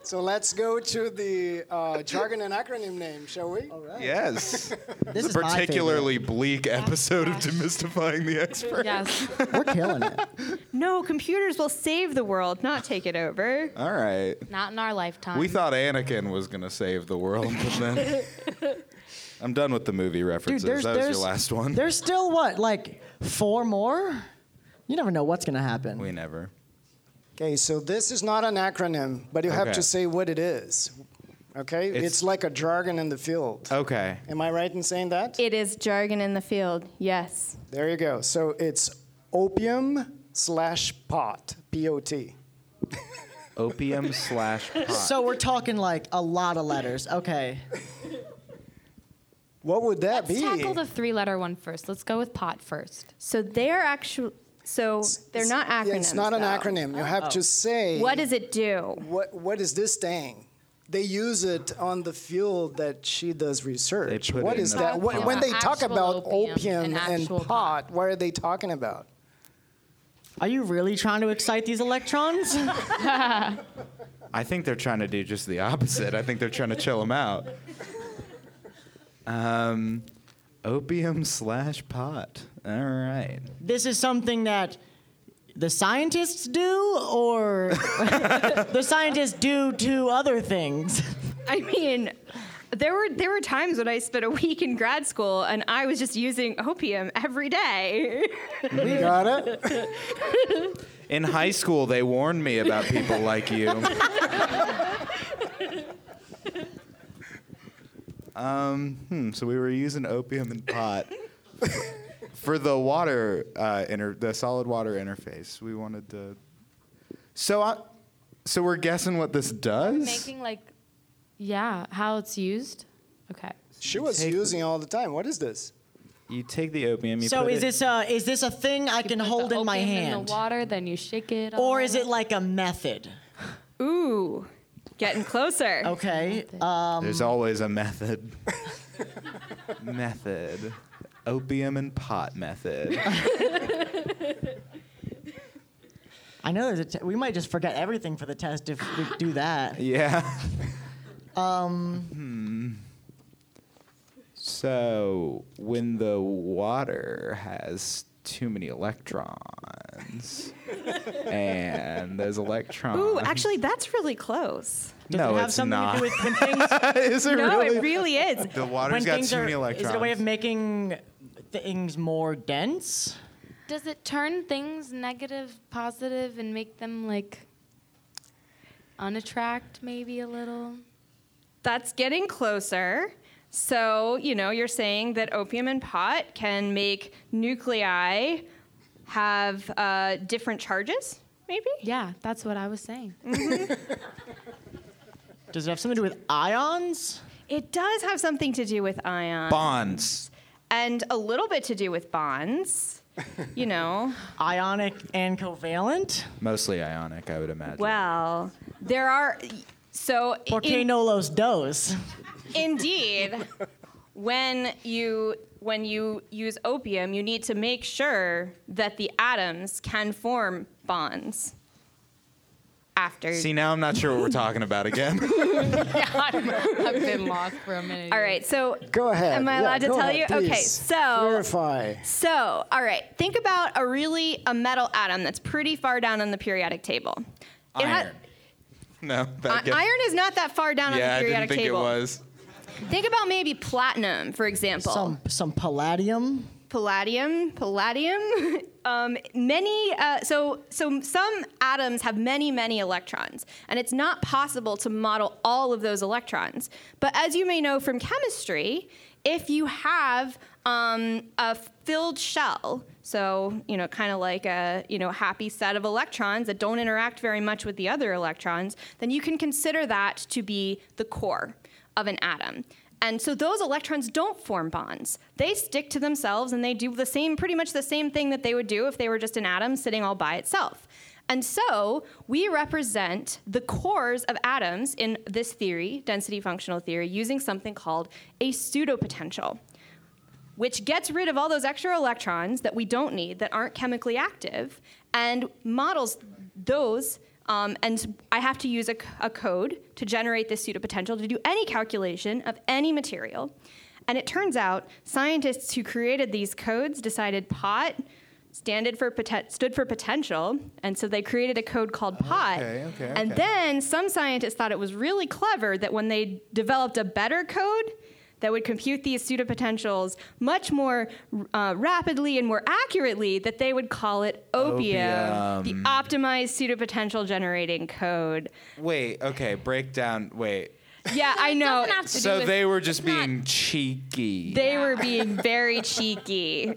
Speaker 2: So let's go to the uh, jargon and acronym name, shall we?
Speaker 3: yes.
Speaker 5: This is my
Speaker 3: Particularly bleak episode of Demystifying the Expert.
Speaker 8: Yes.
Speaker 5: favorite. We're killing it.
Speaker 4: no, computers will save the world, not take it over.
Speaker 3: All right.
Speaker 8: Not in our lifetime.
Speaker 3: We thought Anakin was going to save the world, but then. I'm done with the movie references.
Speaker 5: there's-
Speaker 3: that was
Speaker 5: there's-
Speaker 3: your last one.
Speaker 5: There's still what, like four more? You never know what's gonna happen.
Speaker 3: We never.
Speaker 2: Okay, so this is not an acronym, but you have
Speaker 3: Okay.
Speaker 2: to say what it is. Okay? It's,
Speaker 3: It's-
Speaker 2: like a jargon in the field.
Speaker 3: Okay.
Speaker 2: Am I right in saying that?
Speaker 4: It is jargon in the field, yes.
Speaker 2: there you go. So it's opium slash pot, P O T.
Speaker 9: Opium slash pot.
Speaker 5: So we're talking like a lot of letters. Okay.
Speaker 2: What would that
Speaker 8: Let's
Speaker 2: be?
Speaker 8: tackle the three-letter one first. Let's go with pot first.
Speaker 4: So they're actually, so they're not acronyms.
Speaker 2: Yeah, it's not an
Speaker 4: though. Oh.
Speaker 2: acronym. You have to say
Speaker 4: What does it do?
Speaker 2: what what is this thing? They use it on the field that she does research.
Speaker 9: put
Speaker 2: What
Speaker 9: it in
Speaker 2: is
Speaker 9: the
Speaker 2: that? When,
Speaker 8: pot.
Speaker 2: when they
Speaker 8: Yeah,
Speaker 2: talk
Speaker 8: actual
Speaker 2: about
Speaker 8: opium,
Speaker 2: opium,
Speaker 8: an
Speaker 2: and
Speaker 8: actual
Speaker 2: pot,
Speaker 8: pot.
Speaker 2: what are they talking about?
Speaker 5: Are you really trying to excite these electrons?
Speaker 3: I think they're trying to do just the opposite. I think they're trying to chill him out. Um, opium slash pot. All right.
Speaker 5: this is something that the scientists do or the scientists do to other things.
Speaker 4: I mean, there were there were times when I spent a week in grad school and I was just using opium every day.
Speaker 2: We got it.
Speaker 3: In high school, they warned me about people like you. um, hmm, so we were using opium and pot for the water uh, inter- the solid water interface. We wanted to. So I, so we're guessing what this does.
Speaker 8: Making like, yeah, how it's used. Okay.
Speaker 2: She was
Speaker 9: Take-
Speaker 2: using all the time. What is this?
Speaker 9: You take the opium. You
Speaker 5: So
Speaker 9: put
Speaker 5: is
Speaker 9: it,
Speaker 5: this a is this a thing I can
Speaker 8: Put
Speaker 5: hold
Speaker 8: the
Speaker 5: in my
Speaker 8: opium In
Speaker 5: hand?
Speaker 8: the water, then you shake it.
Speaker 5: Or
Speaker 8: all.
Speaker 5: is it like a method?
Speaker 4: Ooh, getting closer.
Speaker 3: Oh,
Speaker 5: Okay. Uh,
Speaker 3: There's always a method. method. Opium and pot method.
Speaker 5: I know there's a te- we might just forget everything for the test if we do that.
Speaker 3: Yeah. Um. So when the water has too many electrons, and those electrons.
Speaker 4: Ooh, actually, that's really close.
Speaker 5: Does
Speaker 3: no,
Speaker 5: it have
Speaker 3: it's
Speaker 5: something
Speaker 3: not.
Speaker 5: to do with when things
Speaker 3: Is it
Speaker 4: No,
Speaker 3: really?
Speaker 4: it really is.
Speaker 3: the water's
Speaker 5: when
Speaker 3: got
Speaker 5: things
Speaker 3: too
Speaker 5: are
Speaker 3: many
Speaker 5: is
Speaker 3: electrons.
Speaker 5: it a way of making things more dense?
Speaker 8: Does it turn things negative, positive, and make them like unattract maybe a little?
Speaker 4: That's getting closer. So, you know, you're saying that opium and pot can make nuclei have uh, different charges, maybe?
Speaker 8: Yeah, that's what I was saying.
Speaker 5: Does it have something to do with ions?
Speaker 4: It does have something to do with ions
Speaker 9: bonds?
Speaker 4: and a little bit to do with bonds, you know.
Speaker 5: Ionic and covalent?
Speaker 9: Mostly ionic, I would imagine.
Speaker 4: Well, there are. So,
Speaker 5: Por que
Speaker 4: in-
Speaker 5: no los dos?
Speaker 4: indeed, when you when you use opium, you need to make sure that the atoms can form bonds after.
Speaker 3: See, now I'm not sure what we're talking about again.
Speaker 8: I've been lost for a minute.
Speaker 4: All right, so
Speaker 2: Go ahead.
Speaker 4: Am I
Speaker 2: Yeah,
Speaker 4: allowed to
Speaker 2: go
Speaker 4: tell
Speaker 2: ahead,
Speaker 4: you? Okay,
Speaker 2: please.
Speaker 4: so
Speaker 2: clarify.
Speaker 4: So, all right, think about a really a metal atom that's pretty far down on the periodic table. It ha-
Speaker 9: Iron.
Speaker 3: no,
Speaker 4: I-
Speaker 3: that gets-
Speaker 4: iron is not that far down on
Speaker 3: Yeah, I
Speaker 4: the
Speaker 3: didn't
Speaker 4: periodic
Speaker 3: think
Speaker 4: table.
Speaker 3: it was.
Speaker 4: Think about maybe platinum, for example.
Speaker 5: Some some palladium.
Speaker 4: palladium, palladium. um, many, uh, so so some atoms have many, many electrons, and it's not possible to model all of those electrons. But as you may know from chemistry, if you have um, a filled shell, so you know, kind of like a you know happy set of electrons that don't interact very much with the other electrons, then you can consider that to be the core of an atom. And so those electrons don't form bonds. They stick to themselves and they do the same, pretty much the same thing that they would do if they were just an atom sitting all by itself. And so we represent the cores of atoms in this theory, density functional theory, using something called a pseudopotential, which gets rid of all those extra electrons that we don't need that aren't chemically active and models those. Um, and I have to use a, c- a code to generate this pseudopotential to do any calculation of any material. And it turns out scientists who created these codes decided pot standed for poten- stood for potential, and so they created a code called pot.
Speaker 10: Okay, okay,
Speaker 4: and
Speaker 10: okay.
Speaker 4: then some scientists thought it was really clever that when they developed a better code that would compute these pseudopotentials much more uh, rapidly and more accurately, that they would call it OPIO, the optimized pseudopotential generating code.
Speaker 3: Wait, okay, break down. Wait.
Speaker 4: Yeah, I know.
Speaker 7: doesn't have to do
Speaker 3: So
Speaker 7: with-
Speaker 3: they were just
Speaker 7: it's not-
Speaker 3: being cheeky.
Speaker 4: They were being very cheeky.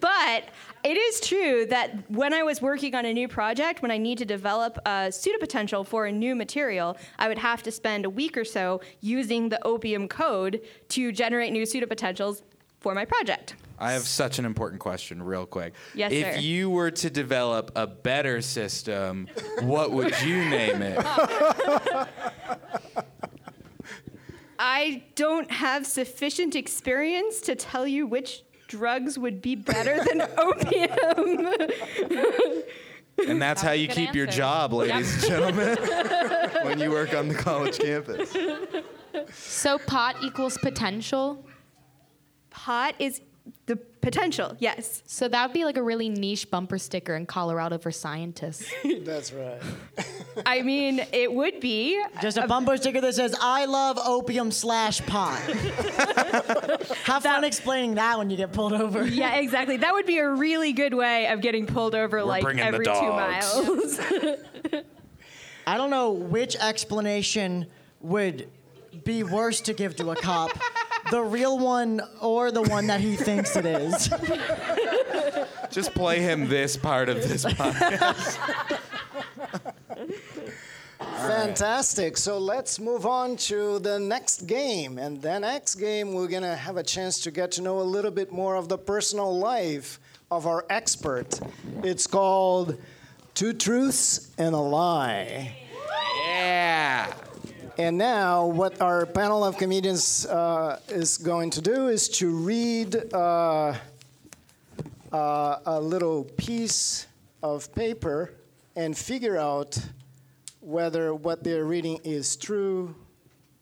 Speaker 4: but it is true that when I was working on a new project, when I need to develop a pseudopotential for a new material, I would have to spend a week or so using the opium code to generate new pseudopotentials for my project.
Speaker 3: I have such an important question, real quick.
Speaker 4: Yes,
Speaker 3: if
Speaker 4: sir.
Speaker 3: you were to develop a better system, what would you name it?
Speaker 7: Oh,
Speaker 4: I don't have sufficient experience to tell you which drugs would be better than opium.
Speaker 10: And that's how you
Speaker 7: good
Speaker 10: keep your
Speaker 7: answer.
Speaker 10: job, ladies and gentlemen, when you work on the college campus.
Speaker 7: So pot equals potential.
Speaker 4: Pot is the potential, yes.
Speaker 7: So that would be like a really niche bumper sticker in Colorado for scientists.
Speaker 2: That's right.
Speaker 4: I mean, it would be.
Speaker 5: Just a bumper sticker that says "I love opium slash pot." Have fun explaining that when you get pulled over.
Speaker 4: Yeah, exactly. That would be a really good way of getting pulled over like
Speaker 3: bringing the
Speaker 4: every two
Speaker 3: dogs.
Speaker 4: miles.
Speaker 5: I don't know which explanation would be worse to give to a cop. The real one or the one that he thinks it is.
Speaker 3: Just play him this part of this podcast.
Speaker 2: Fantastic. So let's move on to the next game. And the next game, we're going to have a chance to get to know a little bit more of the personal life of our expert. It's called Two Truths and a Lie.
Speaker 3: Yeah.
Speaker 2: And now, what our panel of comedians uh, is going to do is to read uh, uh, a little piece of paper and figure out whether what they're reading is true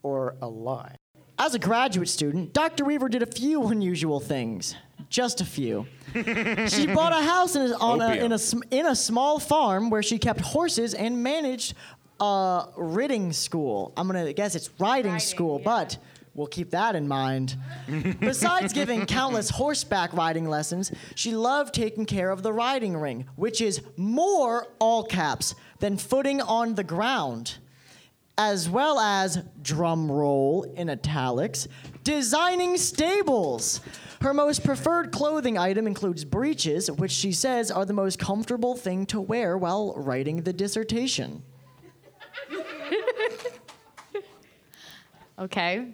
Speaker 2: or a lie.
Speaker 5: As a graduate student, Dr. Weaver did a few unusual things. Just a few. she bought a house in a, on a, in, a, sm- in a small farm where she kept horses and managed a riding school. I'm going to guess it's riding, school, but we'll keep that in mind. Besides giving countless horseback riding lessons, she loved taking care of the riding ring, which is more, all caps, than footing on the ground as well as drum roll in italics, designing stables. Her most preferred clothing item includes breeches, which she says are the most comfortable thing to wear while writing the dissertation.
Speaker 7: Okay.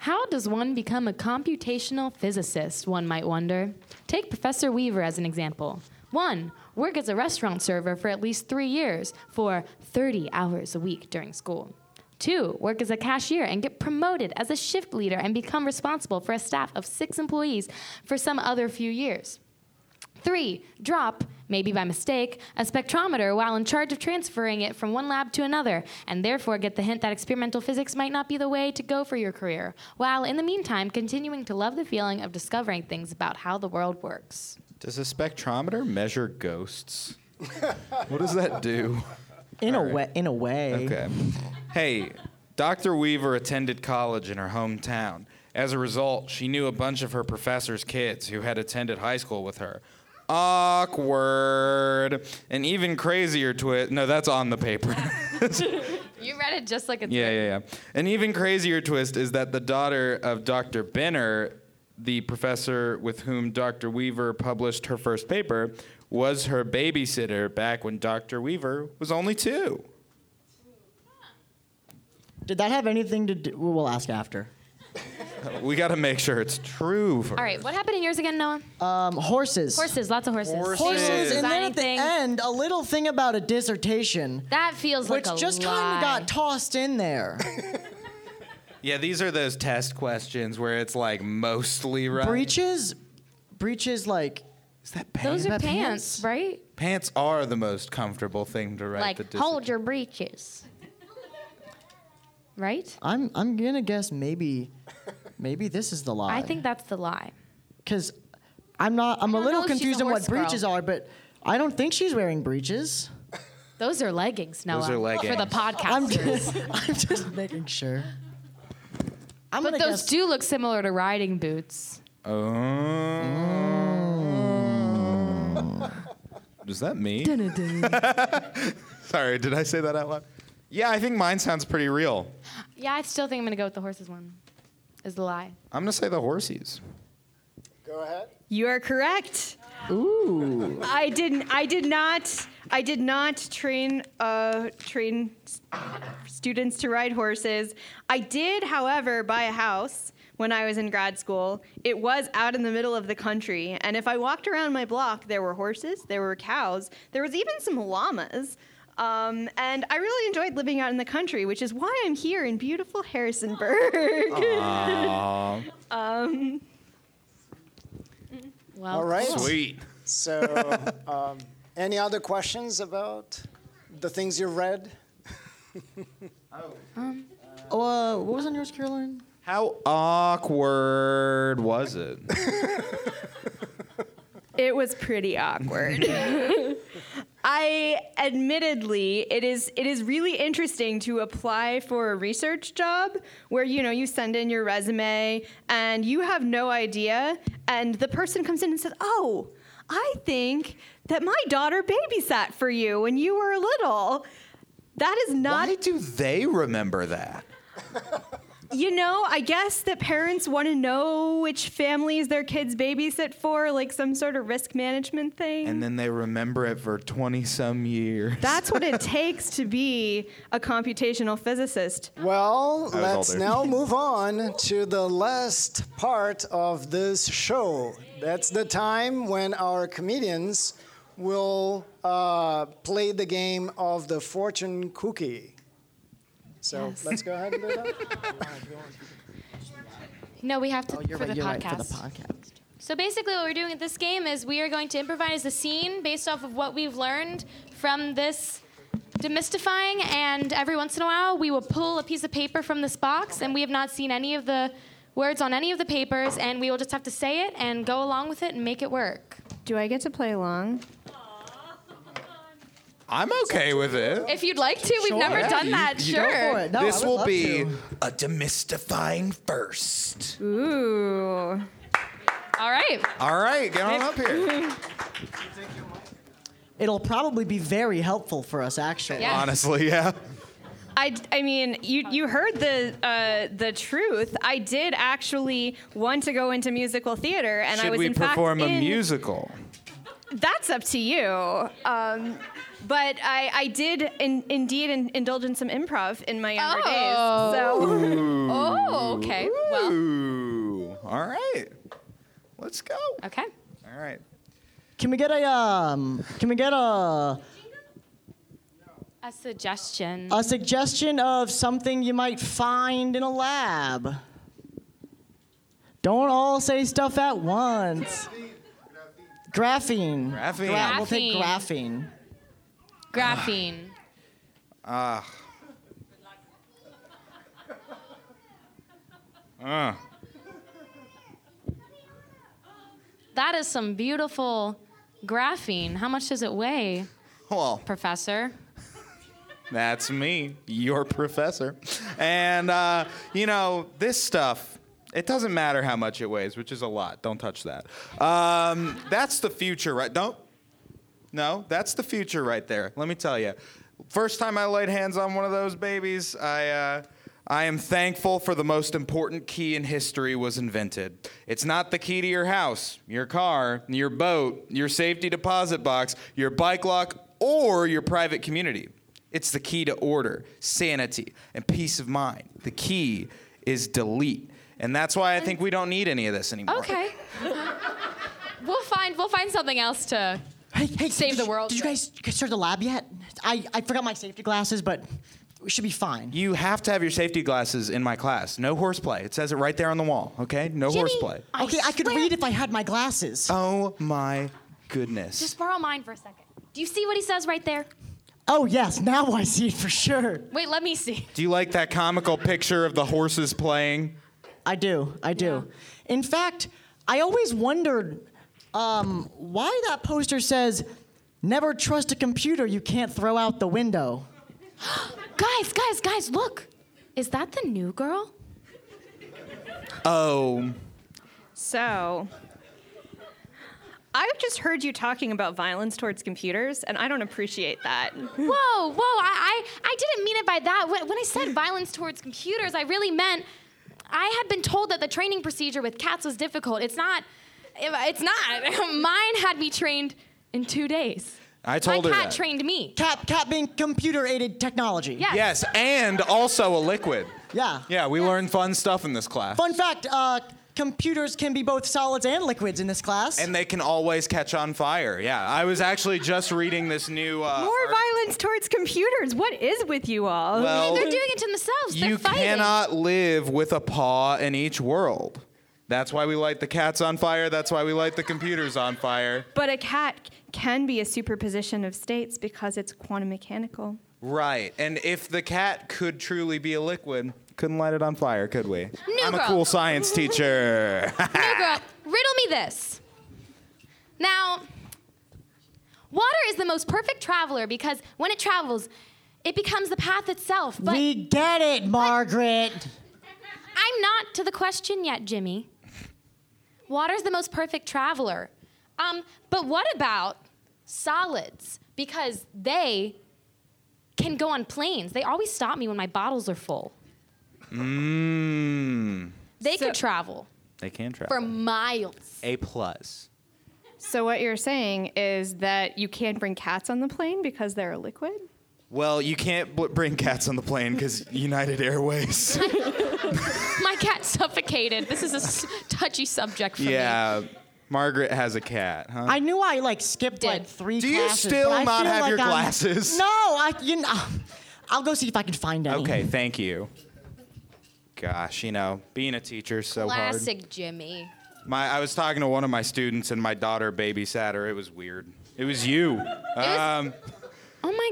Speaker 7: How does one become a computational physicist, one might wonder? Take Professor Weaver as an example. One, work as a restaurant server for at least three years for 30 hours a week during school. Two, work as a cashier and get promoted as a shift leader and become responsible for a staff of six employees for some other few years. Three, drop, maybe by mistake, a spectrometer while in charge of transferring it from one lab to another, and therefore get the hint that experimental physics might not be the way to go for your career, while in the meantime continuing to love the feeling of discovering things about how the world works.
Speaker 3: Does a spectrometer measure ghosts? what does that do?
Speaker 5: In a way, in a way.
Speaker 3: Okay. Hey, Dr. Weaver attended college in her hometown. As a result, she knew a bunch of her professor's kids who had attended high school with her. Awkward. And even crazier twist. No, that's on the paper.
Speaker 11: You read it just like it's
Speaker 3: Yeah, yeah, yeah. An even crazier twist is that the daughter of Dr. Benner, the professor with whom Dr. Weaver published her first paper, was her babysitter back when Dr. Weaver was only two.
Speaker 5: Did that have anything to do? We'll ask after.
Speaker 3: We got to make sure it's true. For
Speaker 11: All right, what happened in yours again, Noah?
Speaker 5: Um, horses.
Speaker 11: Horses, lots of horses.
Speaker 3: Horses.
Speaker 5: Horses, and then
Speaker 11: Designing
Speaker 5: at the
Speaker 11: things.
Speaker 5: end, a little thing about a dissertation,
Speaker 11: That feels
Speaker 5: which
Speaker 11: like a
Speaker 5: just kind
Speaker 11: lie.
Speaker 5: of got tossed in there.
Speaker 3: Yeah, these are those test questions where it's like mostly right.
Speaker 5: breeches, breeches like
Speaker 3: Is that pants?
Speaker 11: Those are
Speaker 5: About
Speaker 11: pants,
Speaker 5: pants?
Speaker 11: right?
Speaker 3: pants are the most comfortable thing to write. the
Speaker 11: like
Speaker 3: dis-
Speaker 11: hold your breeches. Right?
Speaker 5: I'm I'm gonna guess maybe, maybe this is the lie.
Speaker 11: I think that's the lie.
Speaker 5: because I'm not. I'm
Speaker 11: I
Speaker 5: a
Speaker 11: don't
Speaker 5: little
Speaker 11: know if she's a
Speaker 5: confused on what
Speaker 11: horse girl.
Speaker 5: breeches are, but I don't think she's wearing breeches.
Speaker 11: Those are leggings, Noah.
Speaker 3: Those are leggings.
Speaker 11: For the
Speaker 5: I'm
Speaker 11: podcasters.
Speaker 5: just, I'm just making sure. I'm
Speaker 11: but
Speaker 5: gonna
Speaker 11: those
Speaker 5: guess,
Speaker 11: do look similar to riding boots.
Speaker 3: Oh. Does that mean? Sorry, did I say that out loud? Yeah, I think mine sounds pretty real.
Speaker 11: Yeah, I still think I'm gonna go with the horses one. Is the lie.
Speaker 3: I'm gonna say the horsies.
Speaker 2: Go ahead.
Speaker 4: You are correct. Ooh. I didn't. I did not. I did not train uh, train s- students to ride horses. I did, however, buy a house when I was in grad school. It was out in the middle of the country, and if I walked around my block, there were horses, there were cows, there was even some llamas. Um, and I really enjoyed living out in the country, which is why I'm here in beautiful Harrisonburg.
Speaker 11: Well
Speaker 2: All right.
Speaker 3: Sweet.
Speaker 2: So, um, any other questions about the things you read?
Speaker 5: Oh, uh, what was on yours, Caroline?
Speaker 3: How awkward was it?
Speaker 4: It was pretty awkward. I admittedly, it is it is really interesting to apply for a research job where you know you send in your resume and you have no idea, and the person comes in and says, "Oh, I think that my daughter babysat for you when you were little." That is not
Speaker 3: Why do they remember that?
Speaker 4: you know, I guess that parents want to know which families their kids babysit for, like some sort of risk management thing.
Speaker 3: And then they remember it for 20 some years.
Speaker 4: That's what it takes to be a computational physicist.
Speaker 2: Well, let's
Speaker 3: older.
Speaker 2: now move on to the last part of this show. That's the time when our comedians will uh, play the game of the fortune cookie. So let's go ahead and do that.
Speaker 11: No, we have to
Speaker 5: Oh, You're
Speaker 11: for,
Speaker 5: right.
Speaker 11: the
Speaker 5: you're
Speaker 11: podcast.
Speaker 5: right for the podcast.
Speaker 7: So basically, what we're doing at this game is we are going to improvise a scene based off of what we've learned from this demystifying, and every once in a while, we will pull a piece of paper from this box, and we have not seen any of the words on any of the papers, and we will just have to say it and go along with it and make it work.
Speaker 4: Do I get to play along?
Speaker 3: I'm okay with it.
Speaker 7: If you'd like to, we've never
Speaker 3: Yeah,
Speaker 7: done
Speaker 3: you-
Speaker 7: that.
Speaker 3: you
Speaker 7: sure.
Speaker 3: go
Speaker 5: for it. No, I
Speaker 3: this
Speaker 5: would
Speaker 3: will
Speaker 5: love
Speaker 3: be
Speaker 5: to.
Speaker 3: a demystifying first.
Speaker 4: Mm. Ooh.
Speaker 7: All right.
Speaker 3: All right, get on up here.
Speaker 5: It'll probably be very helpful for us, actually.
Speaker 7: Yeah.
Speaker 3: Honestly, yeah.
Speaker 4: I, I mean, you, you heard the uh, the truth. I did actually want to go into musical theater, and I
Speaker 3: Should
Speaker 4: was
Speaker 3: we
Speaker 4: in fact
Speaker 3: perform a
Speaker 4: in-
Speaker 3: musical?
Speaker 4: That's up to you. Um, but I, I did in, indeed in, indulge in some improv in my younger days. So
Speaker 7: Oh, okay. Well,
Speaker 3: Ooh. All right. Let's go.
Speaker 7: okay.
Speaker 3: All right.
Speaker 5: Can we get a um? Can we get a
Speaker 7: A suggestion.
Speaker 3: Ah.
Speaker 5: a suggestion of something you might find in a lab? Don't all say stuff at once. Graphene.
Speaker 3: Graphene.
Speaker 5: Gra- we'll take graphene.
Speaker 11: Graphene.
Speaker 3: Ah. Ah.
Speaker 7: That is some beautiful graphene. How much does it weigh,
Speaker 3: Well,
Speaker 7: Professor?
Speaker 3: that's me, your professor. And, uh, you know, this stuff, it doesn't matter how much it weighs, which is a lot. Don't touch that. Um, that's the future, right? Don't. No, that's the future right there. Let me tell you. First time I laid hands on one of those babies, I. Uh, I am thankful for the most important key in history was invented. It's not the key to your house, your car, your boat, your safety deposit box, your bike lock, or your private community. It's the key to order, sanity, and peace of mind. The key is delete. And that's why I think we don't need any of this anymore.
Speaker 7: Okay. we'll find we'll find something else to.
Speaker 5: Hey, hey,
Speaker 7: Save
Speaker 5: did
Speaker 7: the
Speaker 5: you-
Speaker 7: world.
Speaker 5: Did you guys you guys start the lab yet? I, I forgot my safety glasses, but we should be fine.
Speaker 3: You have to have your safety glasses in my class. No horseplay. It says it right there on the wall, okay? No horseplay.
Speaker 5: okay, I could read if I had my glasses.
Speaker 3: Oh my goodness.
Speaker 7: Just borrow mine for a second. Do you see what he says right there?
Speaker 5: oh yes, now I see it for sure.
Speaker 7: Wait, let me see.
Speaker 3: Do you like that comical picture of the horses playing?
Speaker 5: I do. I do. In fact, I always wondered um, why that poster says, "Never trust a computer you can't throw out the window."
Speaker 7: Guys, guys, guys, look. Is that the new girl?
Speaker 3: Oh.
Speaker 4: So, I've just heard you talking about violence towards computers, and I don't appreciate that.
Speaker 7: Whoa, whoa, I, I, I didn't mean it by that. When, when I said violence towards computers, I really meant I had been told that the training procedure with cats was difficult. It's not, it's not. Mine had me trained in two days.
Speaker 3: I told
Speaker 7: My
Speaker 3: her
Speaker 7: cat
Speaker 3: that.
Speaker 7: trained me.
Speaker 5: Cat, cat being computer-aided technology.
Speaker 7: Yes.
Speaker 3: Yes, and also a liquid.
Speaker 5: Yeah.
Speaker 3: Yeah, we learned fun stuff in this class.
Speaker 5: Fun fact: uh, computers can be both solids and liquids in this class.
Speaker 3: And they can always catch on fire. Yeah, I was actually just reading this new. Uh,
Speaker 4: More
Speaker 3: art-
Speaker 4: violence towards computers. What is with you all?
Speaker 3: Well,
Speaker 7: They're doing it to themselves.
Speaker 3: you
Speaker 7: They're fighting.
Speaker 3: cannot live with a paw in each world. That's why we light the cats on fire. That's why we light the computers on fire.
Speaker 4: But a cat can be a superposition of states because it's quantum mechanical.
Speaker 3: Right. And if the cat could truly be a liquid, couldn't light it on fire, could we?
Speaker 7: New
Speaker 3: I'm a
Speaker 7: girl.
Speaker 3: cool science teacher.
Speaker 7: Here, girl, riddle me this. Now, water is the most perfect traveler because when it travels, it becomes the path itself. But
Speaker 5: we get it, Margaret.
Speaker 7: I'm not to the question yet, Jimmy. Water's the most perfect traveler. Um, but what about solids? Because they can go on planes. They always stop me when my bottles are full.
Speaker 3: Mmm.
Speaker 7: They could travel
Speaker 3: They can travel.
Speaker 7: for miles.
Speaker 3: a plus.
Speaker 4: So what you're saying is that you can't bring cats on the plane because they're a liquid?
Speaker 3: Well, you can't bl- bring cats on the plane because United Airways.
Speaker 7: My cat suffocated. This is a s- touchy subject for me.
Speaker 3: yeah, Margaret has a cat, huh?
Speaker 5: I knew I like skipped like
Speaker 7: Did.
Speaker 5: three.
Speaker 3: Do you
Speaker 5: classes,
Speaker 3: still
Speaker 5: but I
Speaker 3: not
Speaker 5: feel
Speaker 3: have
Speaker 5: like
Speaker 3: your
Speaker 5: I'm-
Speaker 3: glasses?
Speaker 5: No, I. You know, I'll go see if I can find any.
Speaker 3: Okay, thank you. Gosh, you know, being a teacher is so
Speaker 7: Classic Jimmy.
Speaker 3: hard. My, I was talking to one of my students, and my daughter babysat her. It was weird. It was you. Um,
Speaker 7: Oh my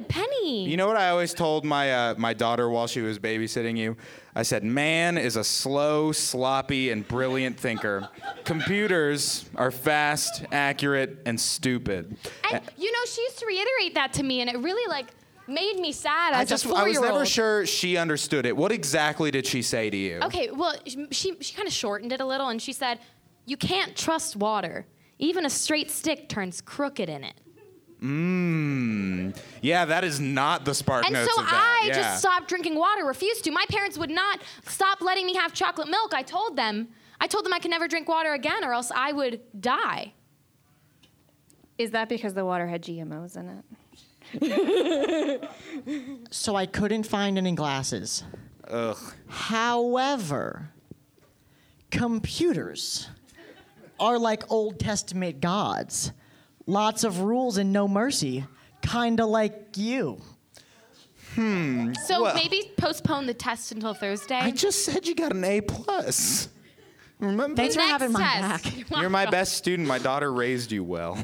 Speaker 7: God, Penny.
Speaker 3: you know what I always told my uh, my daughter while she was babysitting you? I said, "Man is a slow, sloppy, and brilliant thinker. Computers are fast, accurate, and stupid."
Speaker 7: And you know, she used to reiterate that to me, and it really like made me sad
Speaker 3: I
Speaker 7: as
Speaker 3: just
Speaker 7: a
Speaker 3: I was
Speaker 7: four-year-old.
Speaker 3: never sure she understood it. What exactly did she say to you?
Speaker 7: Okay, well, sh- she she kind of shortened it a little, and she said, "You can't trust water. Even a straight stick turns crooked in it."
Speaker 3: Mm. Yeah, that is not the spark
Speaker 7: And
Speaker 3: notes
Speaker 7: so
Speaker 3: of that.
Speaker 7: I
Speaker 3: yeah.
Speaker 7: just stopped drinking water, refused to. My parents would not stop letting me have chocolate milk. I told them. I told them I could never drink water again or else I would die.
Speaker 4: Is that because the water had GMOs in it?
Speaker 5: So I couldn't find any glasses.
Speaker 3: Ugh.
Speaker 5: However, computers are like Old Testament gods. Lots of rules and no mercy, kind of like you.
Speaker 7: So
Speaker 3: Well-
Speaker 7: maybe postpone the test until Thursday.
Speaker 3: I just said you got an A plus. Remember?
Speaker 5: Thanks for
Speaker 7: Next
Speaker 5: having my
Speaker 7: test.
Speaker 5: back.
Speaker 3: You're my best student. My daughter raised you well.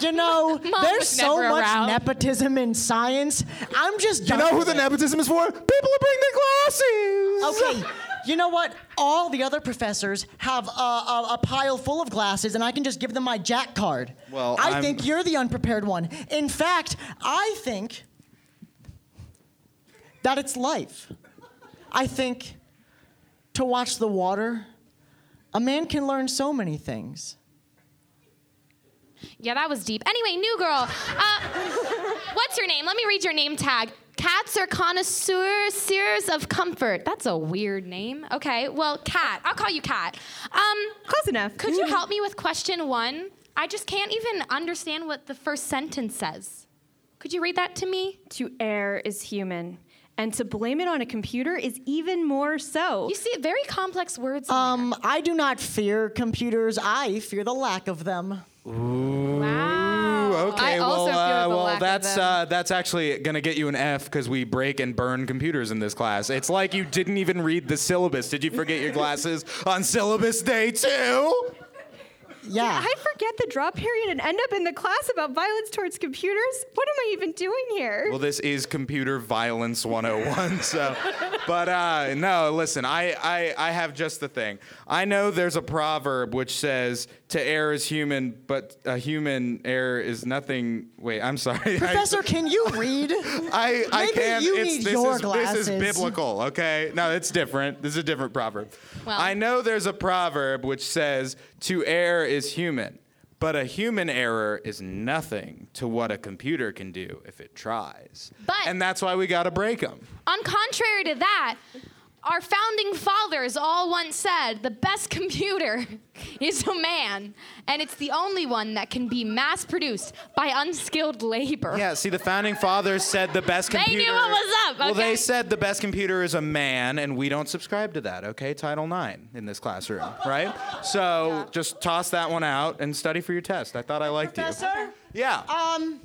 Speaker 5: You know, there's
Speaker 7: was
Speaker 5: so
Speaker 7: never
Speaker 5: much
Speaker 7: around.
Speaker 5: nepotism in science. I'm just.
Speaker 3: you know who the nepotism is for? People who bring their glasses.
Speaker 5: Okay. You know what? All the other professors have a, a, a pile full of glasses, and I can just give them my jack card.
Speaker 3: Well,
Speaker 5: I
Speaker 3: I'm-
Speaker 5: think you're the unprepared one. In fact, I think that it's life. I think to watch the water, a man can learn so many things.
Speaker 7: Yeah, that was deep. Anyway, new girl. Uh, what's your name? Let me read your name tag. Cats are connoisseurs seers of comfort. That's a weird name. Okay, well, Cat. I'll call you Cat. Um,
Speaker 4: Close enough.
Speaker 7: could you help me with question one? I just can't even understand what the first sentence says. Could you read that to me?
Speaker 4: To err is human, and to blame it on a computer is even more so.
Speaker 7: You see, very complex words. in
Speaker 5: Um, I do not fear computers, I fear the lack of them.
Speaker 8: Wow.
Speaker 3: Ooh, okay,
Speaker 8: I also
Speaker 3: well,
Speaker 8: feel
Speaker 3: uh,
Speaker 8: the
Speaker 3: well,
Speaker 8: lack of
Speaker 3: that's
Speaker 8: them.
Speaker 3: uh, that's actually gonna get you an F because we break and burn computers in this class. It's like you didn't even read the syllabus. Did you forget your glasses on syllabus day two?
Speaker 5: Yeah.
Speaker 4: I forget the drop period and end up in the class about violence towards computers? What am I even doing here?
Speaker 3: Well, this is computer violence 101. So, but uh, no, listen, I, I I have just the thing. I know there's a proverb which says to err is human, but a human error is nothing. Wait, I'm sorry. I-
Speaker 5: Professor, can you read?
Speaker 3: I, I
Speaker 5: Maybe
Speaker 3: can't.
Speaker 5: you
Speaker 3: it's,
Speaker 5: need
Speaker 3: this
Speaker 5: your
Speaker 3: is, This is
Speaker 5: glasses.
Speaker 3: biblical, okay? No, it's different. This is a different proverb. I know there's a proverb which says, to err is human, but a human error is nothing to what a computer can do if it tries.
Speaker 7: But-
Speaker 3: and that's why we gotta break them.
Speaker 7: On contrary to that, our founding fathers all once said the best computer is a man, and it's the only one that can be mass produced by unskilled labor.
Speaker 3: Yeah, see, the founding fathers said the best
Speaker 7: They knew
Speaker 3: computer.
Speaker 7: what was up,
Speaker 3: Well, they
Speaker 7: okay?
Speaker 3: said the best computer is a man, and we don't subscribe to that, okay? Title IX in this classroom, right? So just toss that one out and study for your test. I thought I liked
Speaker 5: Professor?
Speaker 3: you. Yeah.
Speaker 7: Uh,
Speaker 5: Um,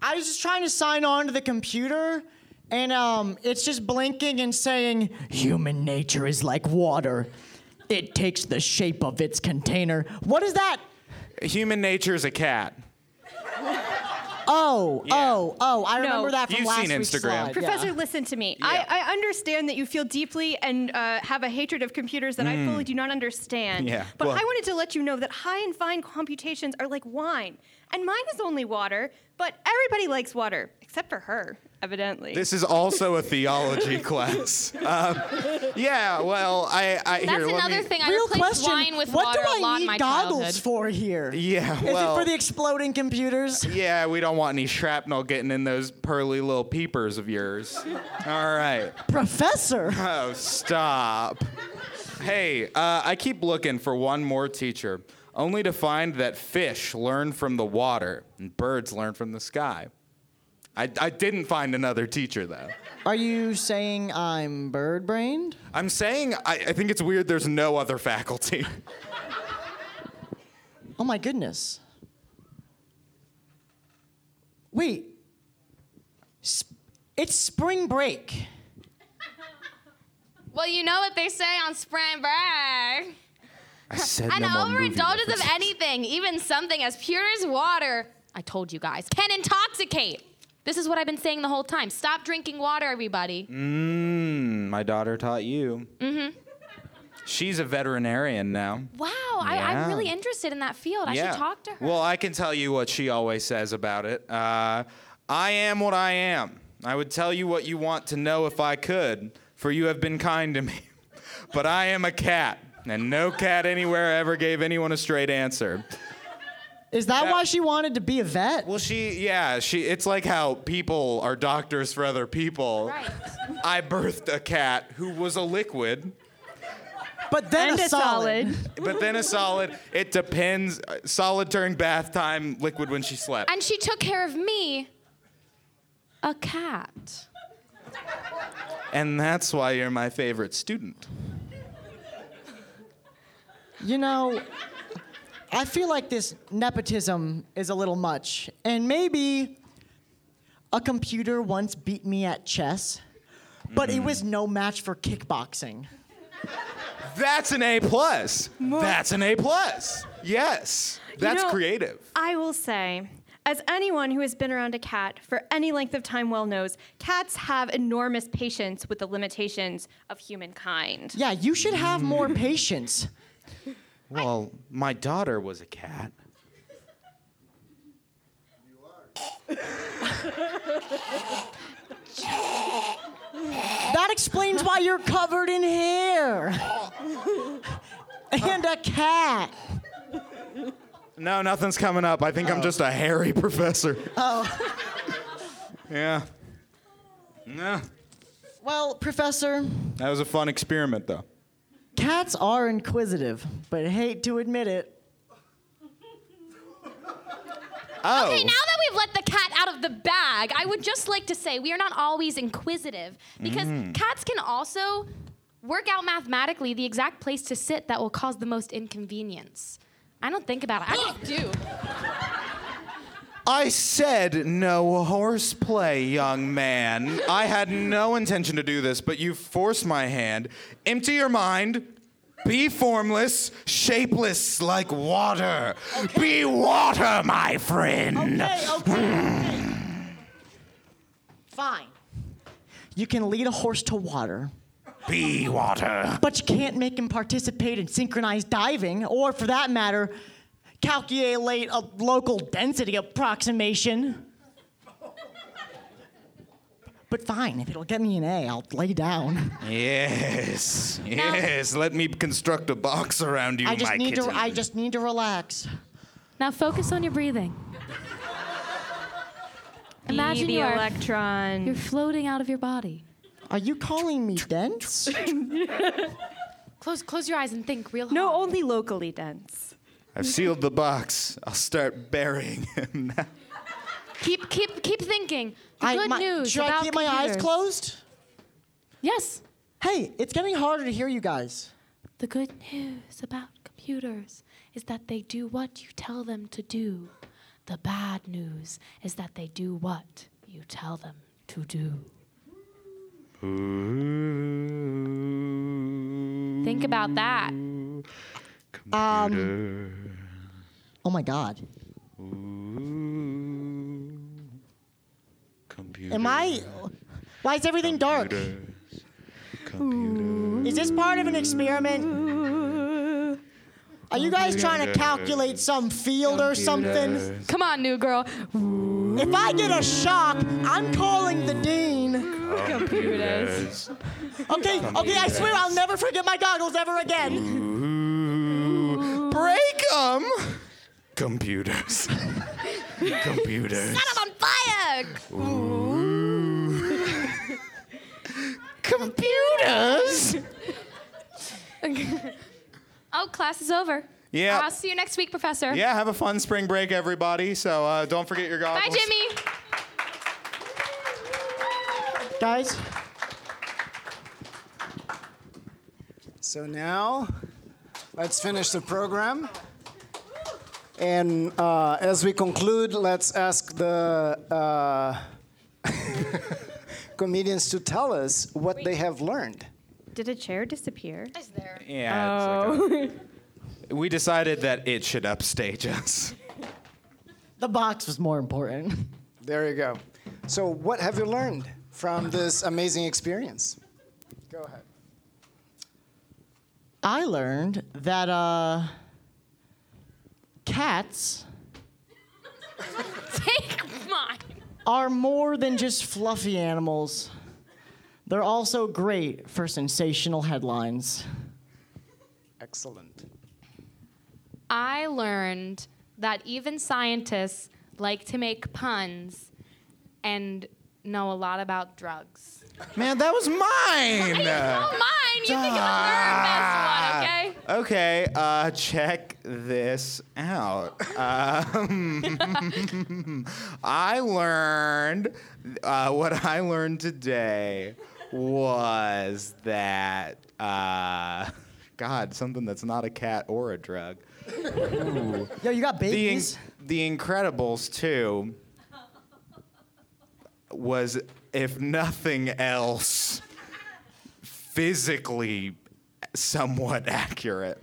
Speaker 5: I was just trying to sign on to the computer, and um, it's just blinking and saying, "Human nature is like water; it takes the shape of its container." What is that?
Speaker 3: Human nature is a cat.
Speaker 5: Oh, oh, oh! I remember that from
Speaker 3: You've
Speaker 5: last
Speaker 3: seen
Speaker 5: week's
Speaker 3: Instagram.
Speaker 5: slide, yeah.
Speaker 4: Professor, listen to me.
Speaker 3: Yeah.
Speaker 4: I, I understand that you feel deeply and uh, have a hatred of computers that I fully do not understand.
Speaker 3: Mm. Yeah,
Speaker 4: But
Speaker 3: well-
Speaker 4: I wanted to let you know that high and fine computations are like wine, and mine is only water, but everybody likes water, except for her, evidently.
Speaker 3: This is also a theology class. Um, yeah, well, I, I here,
Speaker 7: That's
Speaker 3: let
Speaker 7: another
Speaker 3: me-
Speaker 7: thing. I
Speaker 5: Real
Speaker 7: replaced
Speaker 5: question:
Speaker 7: wine with
Speaker 5: What
Speaker 7: water
Speaker 5: do
Speaker 7: a lot
Speaker 5: I
Speaker 7: in my
Speaker 5: need goggles
Speaker 7: childhood.
Speaker 5: for here?
Speaker 3: Yeah,
Speaker 5: is
Speaker 3: well-
Speaker 5: it for the exploding computers?
Speaker 3: Yeah, we don't want any shrapnel getting in those pearly little peepers of yours. All right.
Speaker 5: Professor,
Speaker 3: Oh, stop. Hey, uh, I keep looking for one more teacher, only to find that fish learn from the water and birds learn from the sky. I, I didn't find another teacher, though.
Speaker 5: are you saying I'm bird-brained?
Speaker 3: I'm saying I, I think it's weird there's no other faculty.
Speaker 5: Oh my goodness. Wait. Sp- it's spring break.
Speaker 7: Well, you know what they say on spring break.
Speaker 3: I said
Speaker 7: An overindulgence of anything, even something as pure as water, I told you guys, can intoxicate. This is what I've been saying the whole time. Stop drinking water, everybody.
Speaker 3: Hmm, My daughter taught you. Mm-hmm. She's a veterinarian now.
Speaker 7: Wow, I,
Speaker 3: Yeah.
Speaker 7: I'm really interested in that field. I should talk to her.
Speaker 3: Well, I can tell you what she always says about it. Uh, I am what I am. I would tell you what you want to know if I could, for you have been kind to me. but I am a cat, and no cat anywhere ever gave anyone a straight answer.
Speaker 5: Is that
Speaker 3: That-
Speaker 5: why she wanted to be a vet?
Speaker 3: Well, she, yeah, she. It's like how people are doctors for other people.
Speaker 7: Right.
Speaker 3: I birthed a cat who was a liquid,
Speaker 5: but then
Speaker 4: and
Speaker 5: a
Speaker 4: a solid.
Speaker 3: but then a solid. It depends. Uh, Solid during bath time, liquid when she slept.
Speaker 7: And she took care of me, a cat.
Speaker 3: And that's why you're my favorite student.
Speaker 5: You know, I feel like this nepotism is a little much. And maybe a computer once beat me at chess, but it was no match for kickboxing.
Speaker 3: That's an A plus. That's an A plus. Yes. That's
Speaker 4: know-
Speaker 3: creative.
Speaker 4: I will say, as anyone who has been around a cat for any length of time well knows, cats have enormous patience with the limitations of humankind.
Speaker 5: Yeah, you should have more patience.
Speaker 3: Well, my daughter was a cat.
Speaker 5: That explains why you're covered in hair. and a cat.
Speaker 3: No, nothing's coming up. I think I'm just a hairy professor. Oh. yeah. Yeah.
Speaker 5: Well, Professor,
Speaker 3: That was a fun experiment, though.
Speaker 5: cats are inquisitive, but hate to admit it.
Speaker 3: Oh.
Speaker 7: Okay, now that we've let the cat out of the bag, I would just like to say we are not always inquisitive because
Speaker 3: Mm.
Speaker 7: cats can also work out mathematically the exact place to sit that will cause the most inconvenience. I don't think about it. I just do.
Speaker 3: I said no horseplay, young man. I had no intention to do this, but you forced my hand. Empty your mind. Be formless, shapeless like water. Be water, my friend.
Speaker 5: Hey, okay, okay. Fine. You can lead a horse to water,
Speaker 3: Be water.
Speaker 5: but you can't make him participate in synchronized diving, or for that matter, calculate a local density approximation. But fine, if it'll get me an A, I'll lay down.
Speaker 3: Yes. Yes. Let me construct a box around you,
Speaker 5: I just
Speaker 3: my
Speaker 5: need
Speaker 3: kitten.
Speaker 5: to. I just need to relax.
Speaker 7: Now focus on your breathing. Imagine
Speaker 4: the
Speaker 7: you are
Speaker 4: electron.
Speaker 7: you're floating out of your body.
Speaker 5: Are you calling me dense?
Speaker 7: Close close your eyes and think real
Speaker 4: No,
Speaker 7: hard.
Speaker 4: only locally dense.
Speaker 3: I've sealed the box. I'll start burying him now.
Speaker 7: Keep keep keep thinking. The
Speaker 5: I,
Speaker 7: good
Speaker 5: my-
Speaker 7: news
Speaker 5: Should
Speaker 7: about
Speaker 5: I keep my eyes
Speaker 7: computers.
Speaker 5: closed?
Speaker 7: Yes.
Speaker 5: Hey, it's getting harder to hear you guys.
Speaker 7: The good news about computers is that they do what you tell them to do. The bad news is that they do what you tell them to do. Think about that.
Speaker 5: Um, Oh my God.
Speaker 3: Computer.
Speaker 5: Am I? Why is everything dark? Is this part of an experiment? Are you guys trying to calculate some field or something?
Speaker 7: Come on, new girl.
Speaker 5: If I get a shock, I'm calling the dean.
Speaker 7: Computers.
Speaker 5: Okay, okay, I swear I'll never forget my goggles ever again.
Speaker 3: Break 'em. Computers. Computers.
Speaker 7: I'm on fire.
Speaker 3: Computers.
Speaker 7: Oh, class is over.
Speaker 3: Yeah.
Speaker 7: I'll see you next week, Professor.
Speaker 3: Yeah, have a fun spring break, everybody. So uh, don't forget your goggles.
Speaker 7: Bye, Jimmy.
Speaker 5: Guys,
Speaker 2: So now, let's finish the program. And uh, as we conclude, let's ask the uh, comedians to tell us what they have learned.
Speaker 4: Did a chair disappear?
Speaker 9: Yeah. it's like
Speaker 3: Jimmy. We decided that it should upstage us.
Speaker 5: the box was more important.
Speaker 2: There you go. So, what have you learned from this amazing experience? Go ahead.
Speaker 5: I learned that uh, cats
Speaker 7: Take mine.
Speaker 5: are more than just fluffy animals. They're also great for sensational headlines.
Speaker 2: Excellent.
Speaker 7: I learned that even scientists like to make puns and know a lot about drugs.
Speaker 3: Man, that was mine.
Speaker 7: Oh, mine! You think I'm the best one, okay?
Speaker 3: Okay, uh, check this out. Um, I learned uh, what I learned today was that uh, God, something that's not a cat or a drug.
Speaker 5: Yo, you got
Speaker 3: The in-
Speaker 5: babies?
Speaker 3: The Incredibles too was, if nothing else, physically somewhat accurate.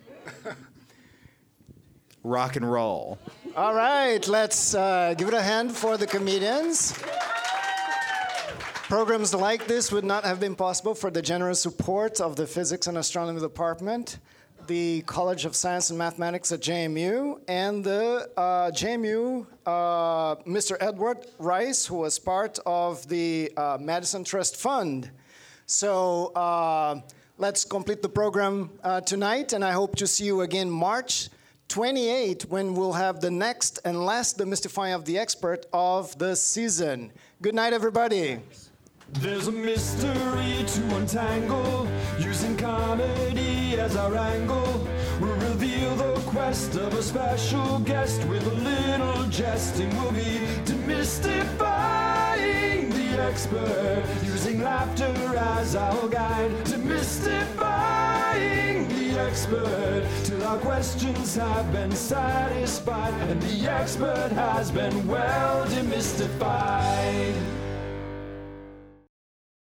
Speaker 3: Rock and roll.
Speaker 2: All right, let's uh, give it a hand for the comedians. Programs like this would not have been possible for the generous support of the Physics and Astronomy Department, the College of Science and Mathematics at JMU, and the uh, JMU uh, Mr. Edward Rice, who was part of the uh, Madison Trust Fund. So uh, let's complete the program uh, tonight, and I hope to see you again March 28, when we'll have the next and last demystifying of the expert of the season. Good night, everybody.
Speaker 1: There's a mystery to untangle, using comedy as our angle. We'll reveal the quest of a special guest with a little jesting. We'll be demystifying the expert, using laughter as our guide. Demystifying the expert till our questions have been satisfied, and the expert has been well demystified.